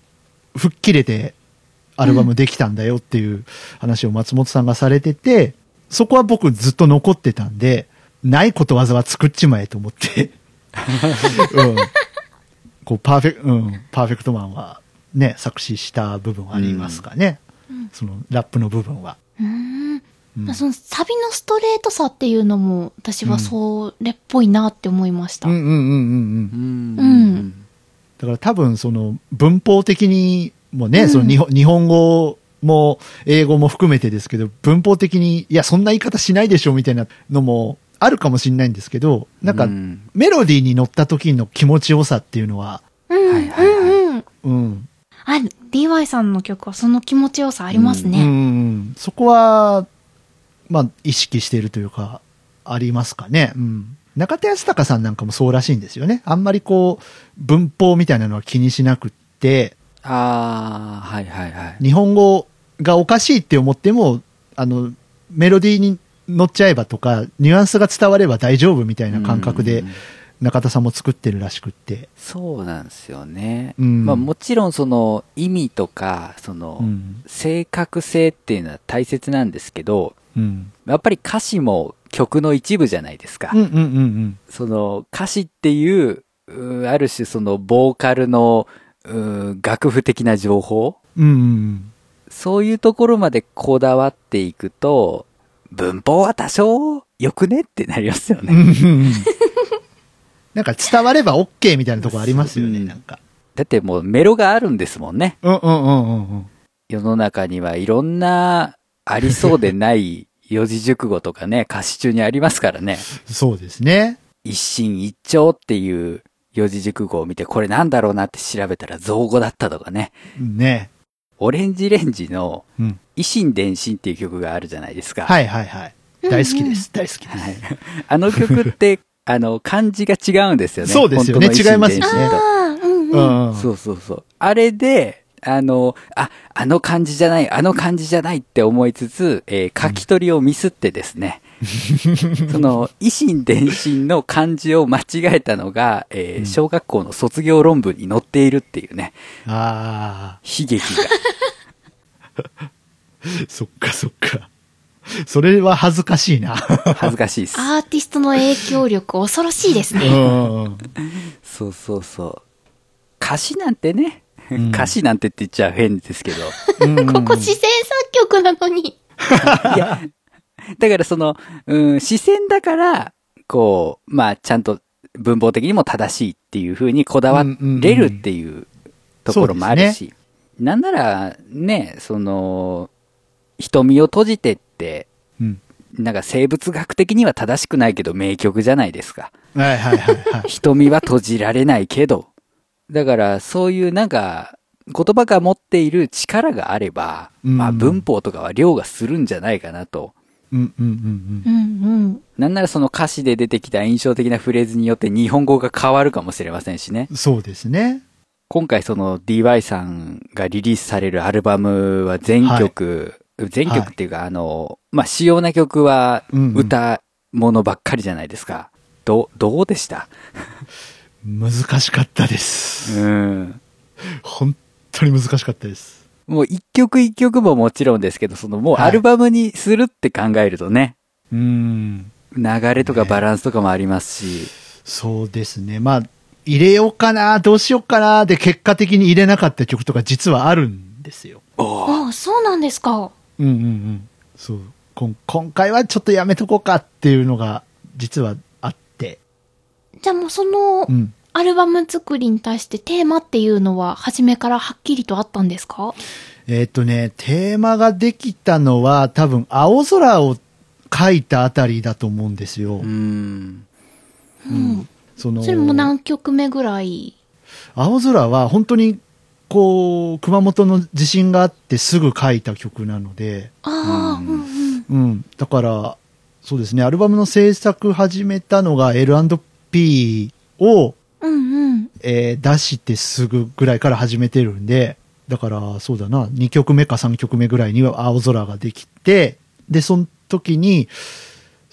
[SPEAKER 4] う、吹っ切れてアルバムできたんだよっていう話を松本さんがされてて、そこは僕ずっと残ってたんで、ないことわざは作っちまえと思 って。うん。こう、パーフェクト、うん、パーフェクトマンはね、作詞した部分はありますかね。そのラップの部分は。
[SPEAKER 3] うーん。
[SPEAKER 4] うん
[SPEAKER 3] まあそのサビのストレートさっていうのも、私はそれっぽいなって思いました。
[SPEAKER 4] うんうんうんうんうん
[SPEAKER 1] う。ん
[SPEAKER 3] うん
[SPEAKER 4] だから多分その文法的にもね、
[SPEAKER 3] うん
[SPEAKER 4] その日本日本語も英語も含めてですけど、文法的に、いや、そんな言い方しないでしょみたいなのもあるかもしれないんですけど、なんか
[SPEAKER 1] うん
[SPEAKER 4] メロディーに乗った時の気持ちよさっていうのは、
[SPEAKER 3] うん、
[SPEAKER 1] はいはいはい
[SPEAKER 3] うん、うん。
[SPEAKER 4] うん、
[SPEAKER 3] あ、DY さんの曲はその気持ちよさあります
[SPEAKER 4] うんう
[SPEAKER 3] ね。
[SPEAKER 4] んそこは、まあ、意識してるというか、ありますかね。うん。中田康隆さんなんかもそうらしいんですよね。あんまりこう、文法みたいなのは気にしなくって、
[SPEAKER 1] ああはいはいはい
[SPEAKER 4] 日本語がおかしいって思っても、あの、メロディーに乗っちゃえばとか、ニュアンスが伝われば大丈夫みたいな感覚
[SPEAKER 1] う
[SPEAKER 4] で
[SPEAKER 1] ん、
[SPEAKER 4] 中田さんも作ってるらしくって。
[SPEAKER 1] そうなんですよね、
[SPEAKER 4] うん
[SPEAKER 1] まあ、もちろんその意味とかその、
[SPEAKER 4] うん。
[SPEAKER 1] 正確性っていうのは大切なんですけど
[SPEAKER 4] うん。
[SPEAKER 1] やっぱり歌詞も曲の一部じゃないですか、
[SPEAKER 4] うんうんうん
[SPEAKER 1] その歌詞っていううーある種そのボーカルのうー楽譜的な情報
[SPEAKER 4] うん。うんうん
[SPEAKER 1] そういうところまでこだわっていくと文法は多少よくねってなりますよ
[SPEAKER 4] うん。う
[SPEAKER 1] ね、
[SPEAKER 4] んうんうん。なんか伝われば OK みたいなとこありますよね、
[SPEAKER 1] うん
[SPEAKER 4] なんか。
[SPEAKER 1] だってもうメロがあるんですもんね
[SPEAKER 4] うんうんうんうんうん。
[SPEAKER 1] 世の中にはいろんなありそうでない四字熟語とかね、歌詞中にありますからね。
[SPEAKER 4] そうですね。
[SPEAKER 1] 一心一鳥っていう四字熟語を見て、これなんだろうなって調べたら造語だったとかね。
[SPEAKER 4] ね。
[SPEAKER 1] オレンジレンジの
[SPEAKER 4] うん。
[SPEAKER 1] 維心伝心っていう曲があるじゃないですか。
[SPEAKER 4] はいはいはい。大好きで
[SPEAKER 3] うん
[SPEAKER 4] す。大好きです。
[SPEAKER 1] あの曲って、あの、漢字が違うんですよね。
[SPEAKER 4] そうですよね
[SPEAKER 1] 本当の
[SPEAKER 4] 違いますよ
[SPEAKER 1] 維
[SPEAKER 4] ね
[SPEAKER 1] 心
[SPEAKER 3] う
[SPEAKER 1] 伝心
[SPEAKER 3] ん。
[SPEAKER 1] と
[SPEAKER 3] ああ、うん
[SPEAKER 4] う
[SPEAKER 3] うん。
[SPEAKER 4] んうん。
[SPEAKER 1] そうそうそう。あれで、あの、あ、あの漢字じゃない、あの漢字じゃないって思いつつ、えー書き取りをミスってです ね、その、維新伝心の漢字を間違えたのが、えー
[SPEAKER 4] うん
[SPEAKER 1] 小学校の卒業論文に載っているっていうね、
[SPEAKER 4] ああ。
[SPEAKER 1] 悲劇が。
[SPEAKER 4] そっかそっか。それは恥ずかしいな。
[SPEAKER 1] 恥ずかしい です。
[SPEAKER 3] アーティストの影響力恐ろしいです
[SPEAKER 4] う
[SPEAKER 3] ね。
[SPEAKER 4] んうん
[SPEAKER 1] そうそうそう。歌詞なんてね、
[SPEAKER 4] うん
[SPEAKER 1] 歌詞なんてって言っちゃ変ですけど、
[SPEAKER 4] うんうん。
[SPEAKER 3] ここ自然作曲なのに。
[SPEAKER 1] いや、だからその、うん、視線だから、こう、まあ、ちゃんと文法的にも正しいっていう風にこだわれるっていうところもあるし、なんなら、ね、その、瞳を閉じてって、
[SPEAKER 4] うん
[SPEAKER 1] なんか生物学的には正しくないけど名曲じゃないですか。
[SPEAKER 4] はいはいはいはい。
[SPEAKER 1] 瞳は閉じられないけど。だから、そういうなんか、言葉が持っている力があれば、まあ
[SPEAKER 4] うん
[SPEAKER 1] 文法とかは凌駕するんじゃないかなと
[SPEAKER 4] うんうんうん
[SPEAKER 3] うんうん。
[SPEAKER 1] なんならその歌詞で出てきた印象的なフレーズによって日本語が変わるかもしれませんしね
[SPEAKER 4] う。ん。そうですね。
[SPEAKER 1] 今回その DY さんがリリースされるアルバムは全曲、全曲っていうかあの、まあ、主要な曲は
[SPEAKER 4] うんうん
[SPEAKER 1] 歌ものばっかりじゃないですか。ど、どうでした
[SPEAKER 4] 難しかったで
[SPEAKER 1] う
[SPEAKER 4] す。
[SPEAKER 1] ん。
[SPEAKER 4] 本当に難しかったです。
[SPEAKER 1] もう一曲一曲ももちろんですけど、そのもう
[SPEAKER 4] はい
[SPEAKER 1] アルバムにするって考えるとね、
[SPEAKER 4] うん。
[SPEAKER 1] 流れとかバランスとかもありますし、
[SPEAKER 4] そうですね。まあ、入れようかな、どうしようかな、で結果的に入れなかった曲とか実はあるんですよ。
[SPEAKER 3] ああ、そうなんですか。
[SPEAKER 4] うんうんうん。そう。こん今回はちょっとやめとこうかっていうのが実はあって。
[SPEAKER 3] じゃあもうその
[SPEAKER 4] う、ん。
[SPEAKER 3] アルバム作りに対してテーマっていうのは、初めからはっきりとあったんですか
[SPEAKER 4] えーっとね、テーマができたのは多分青空を書いたあたりだと思うんですよ。
[SPEAKER 1] うん。
[SPEAKER 3] うん。
[SPEAKER 4] その
[SPEAKER 3] それも何曲目ぐらい
[SPEAKER 4] 青空は本当にこう熊本の地震があってすぐ書いた曲なので、
[SPEAKER 3] ああ、
[SPEAKER 1] うん
[SPEAKER 3] うんうん。
[SPEAKER 4] うん、だからそうですねアルバムの制作始めたのが L&P を、
[SPEAKER 3] うんうん。
[SPEAKER 4] えー出してすぐぐらいから始めてるんでだからそうだな2曲目か3曲目ぐらいには青空ができてでその時に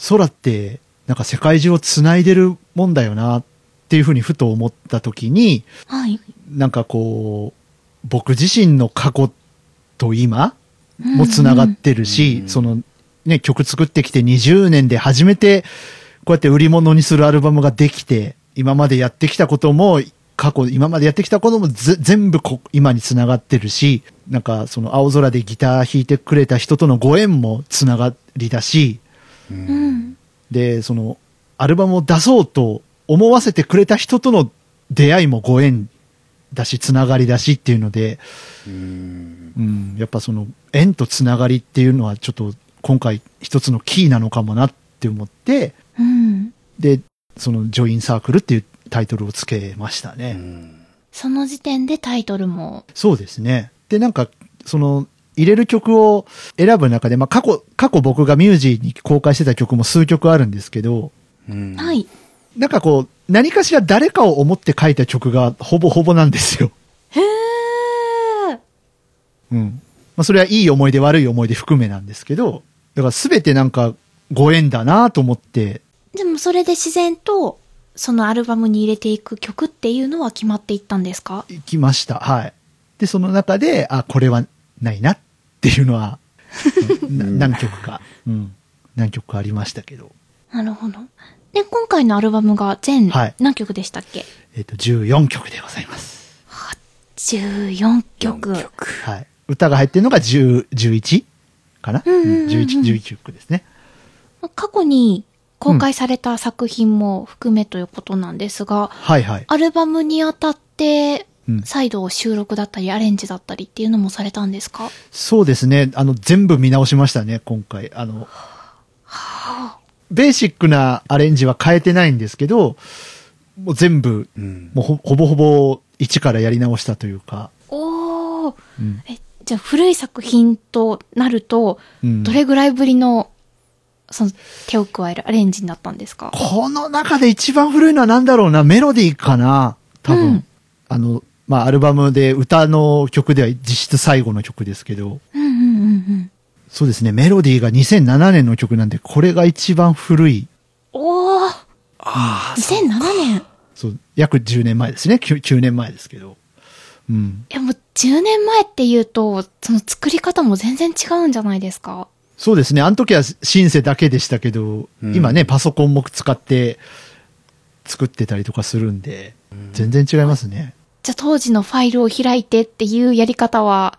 [SPEAKER 4] 空ってなんか世界中をつないでるもんだよなっていうふうにふと思った時に
[SPEAKER 3] はい。
[SPEAKER 4] なんかこう、僕自身の過去と今もつながってるし、
[SPEAKER 1] うん
[SPEAKER 4] そのね、曲作ってきて20年で初めてこうやって売り物にするアルバムができて、今までやってきたことも、過去、今までやってきたこともぜ全部こ今につながってるし、なんかその青空でギター弾いてくれた人とのご縁もつながりだし、
[SPEAKER 3] うん。
[SPEAKER 4] で、その、アルバムを出そうと思わせてくれた人との出会いもご縁だし、つながりだしっていうので、
[SPEAKER 1] うん。
[SPEAKER 4] うん、やっぱその、縁とつながりっていうのはちょっと今回一つのキーなのかもなって思って、
[SPEAKER 3] うん。
[SPEAKER 4] で、その、ジョインサークルっていうタイトルをつけましたね。
[SPEAKER 3] その時点でタイトルも。
[SPEAKER 4] そうですね。で、なんか、その、入れる曲を選ぶ中で、まあ、過去、過去僕がミュージーに公開してた曲も数曲あるんですけど、
[SPEAKER 1] うん
[SPEAKER 3] は。い。
[SPEAKER 4] なんかこう、何かしら誰かを思って書いた曲がほぼほぼなんですよ。
[SPEAKER 3] へえ。
[SPEAKER 4] うん。まあそれはいい思い出悪い思い出含めなんですけど、だから全てなんかご縁だなと思って、
[SPEAKER 3] でもそれで自然と、そのアルバムに入れていく曲っていうのは決まっていったんですか
[SPEAKER 4] 行きました。はい。で、その中で、あ、これはないなっていうの は、うんな何曲か、うん。何曲かありましたけど。
[SPEAKER 3] なるほど。で、今回のアルバムが全
[SPEAKER 4] はい
[SPEAKER 3] 何曲でしたっけ、
[SPEAKER 4] えっ、と、14曲でございます。
[SPEAKER 3] ?14 曲。
[SPEAKER 4] はい。歌が入ってるのが10 11かな、
[SPEAKER 3] うんうんうんうん
[SPEAKER 4] ?11、11曲ですね。
[SPEAKER 3] 過去に公開された作品も含めということなんですが、
[SPEAKER 4] はいはい。
[SPEAKER 3] アルバムにあたって
[SPEAKER 4] うん、
[SPEAKER 3] 再度収録だったりアレンジだったりっていうのもされたんですか
[SPEAKER 4] そうですね。あの、全部見直しましたね、今回。あの、ベーシックなアレンジは変えてないんですけど、もう全部、
[SPEAKER 1] うん。
[SPEAKER 4] もうほほぼほぼ一からやり直したというか。
[SPEAKER 3] おー。
[SPEAKER 4] うん
[SPEAKER 3] え、じゃあ古い作品となると、
[SPEAKER 4] うん
[SPEAKER 3] どれぐらいぶりの、その手を加えるアレンジになったんですか
[SPEAKER 4] この中で一番古いのは何だろうな、メロディーかな多分。
[SPEAKER 3] うん
[SPEAKER 4] あの、まあ、アルバムで歌の曲では実質最後の曲ですけど、
[SPEAKER 3] うんうんうんうん。
[SPEAKER 4] そうですね、メロディーが2007年の曲なんで、これが一番古い。
[SPEAKER 3] おー
[SPEAKER 1] ああ、そう。
[SPEAKER 3] !2007 年い
[SPEAKER 4] そう、約10年前ですね、9, 9年前ですけど。うん。
[SPEAKER 3] やもう10年前っていうと、その作り方も全然違うんじゃないですか
[SPEAKER 4] そうですね。あの時はシンセだけでしたけど、
[SPEAKER 1] うん
[SPEAKER 4] 今ね、パソコンも使って作ってたりとかするんで、全然違いますね。
[SPEAKER 3] じゃあ当時のファイルを開いてっていうやり方は、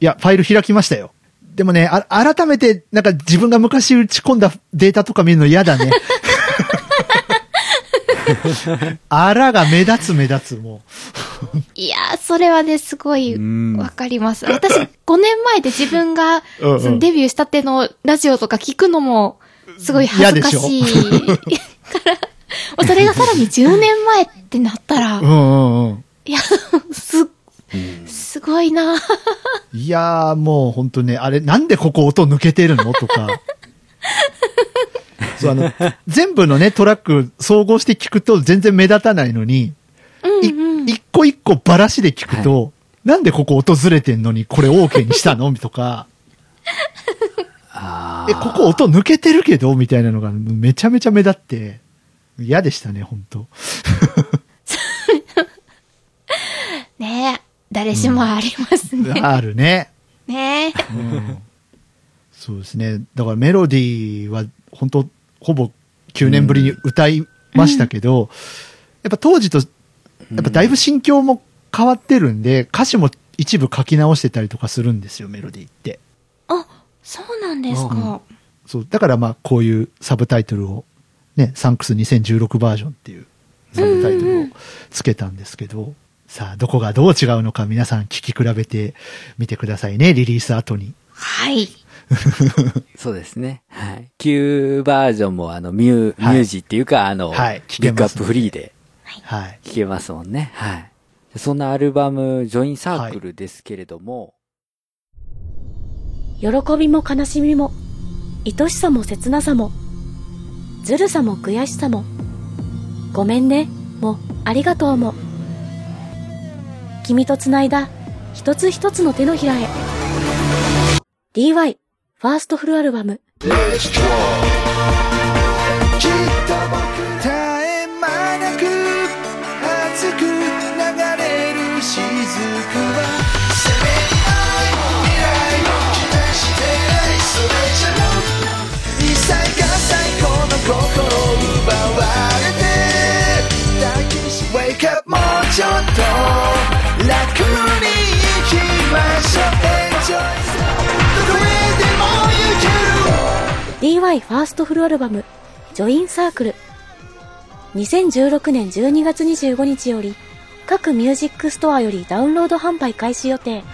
[SPEAKER 4] いや、ファイル開きましたよ。でもね、あ改めて、なんか自分が昔打ち込んだデータとか見るの 嫌だね。 あらが目立つ目立つ、も
[SPEAKER 3] いやー、それはね、すごい
[SPEAKER 1] うん
[SPEAKER 3] わかります。私、5年 前で自分が、
[SPEAKER 4] うんうん
[SPEAKER 3] そのデビューしたてのラジオとか聞くのも、すごい恥ずかしい。 から、もうそれがさらに10年前ってなったら、
[SPEAKER 4] う。うんうんうん。
[SPEAKER 3] いや、す、すごいなー
[SPEAKER 4] いやーもう本当ね、あれ、なんでここ音抜けてるのとか。 そう、あの、全部のね、トラック総合して聞くと全然目立たないのに、い一個一個バラしで聞くと、なんでここ音ずれてんのにこれ OK にしたのとか、
[SPEAKER 1] あ
[SPEAKER 4] え、ここ音抜けてるけどみたいなのがめちゃめちゃ目立って、嫌でしたね、本当
[SPEAKER 3] ねえ、誰しもありますね。
[SPEAKER 4] あるね。
[SPEAKER 3] ねえ。
[SPEAKER 4] そうですね。だからメロディーは本当ほぼ9年ぶりに歌いましたけど、やっぱ当時とやっぱだいぶ心境も変わってるんで、歌詞も一部書き直してたりとかするんですよ、メロディーって。
[SPEAKER 3] あ、そうなんですか。
[SPEAKER 4] そう、だからまあこういうサブタイトルを、ね、サンクス2016バージョンっていうサブタイトルをつけたんですけど、さあどこがどう違うのか皆さん聞き比べてみてくださいね、リリース後に。
[SPEAKER 3] はい。
[SPEAKER 1] そうですね。はい。旧バージョンも、あの、ミュー、
[SPEAKER 4] はい
[SPEAKER 1] ミュージっていうか、あの、
[SPEAKER 4] はい聞
[SPEAKER 1] ピ
[SPEAKER 4] け
[SPEAKER 1] ックア
[SPEAKER 4] ま
[SPEAKER 1] ッ
[SPEAKER 4] す
[SPEAKER 1] プフリーで
[SPEAKER 4] はい。
[SPEAKER 1] 聴けますもんね。はい。そんなアルバム、ジョインサークルですけれども、
[SPEAKER 5] 喜びも悲しみも愛しさも切なさもずるさも悔しさもごめんねもありがとうも君とつないだ一つ一つの手のひらへ DY ファーストフルアルバム
[SPEAKER 2] 絶え間なく熱く流れる雫は
[SPEAKER 6] 異彩が最高の心を奪われて抱きし Wake up もうちょっと楽に生きましょう Enjoy どこへでも行ける
[SPEAKER 5] DY ファーストフルアルバム「ジョインサークル」2016年12月25日より各ミュージックストアよりダウンロード販売開始予定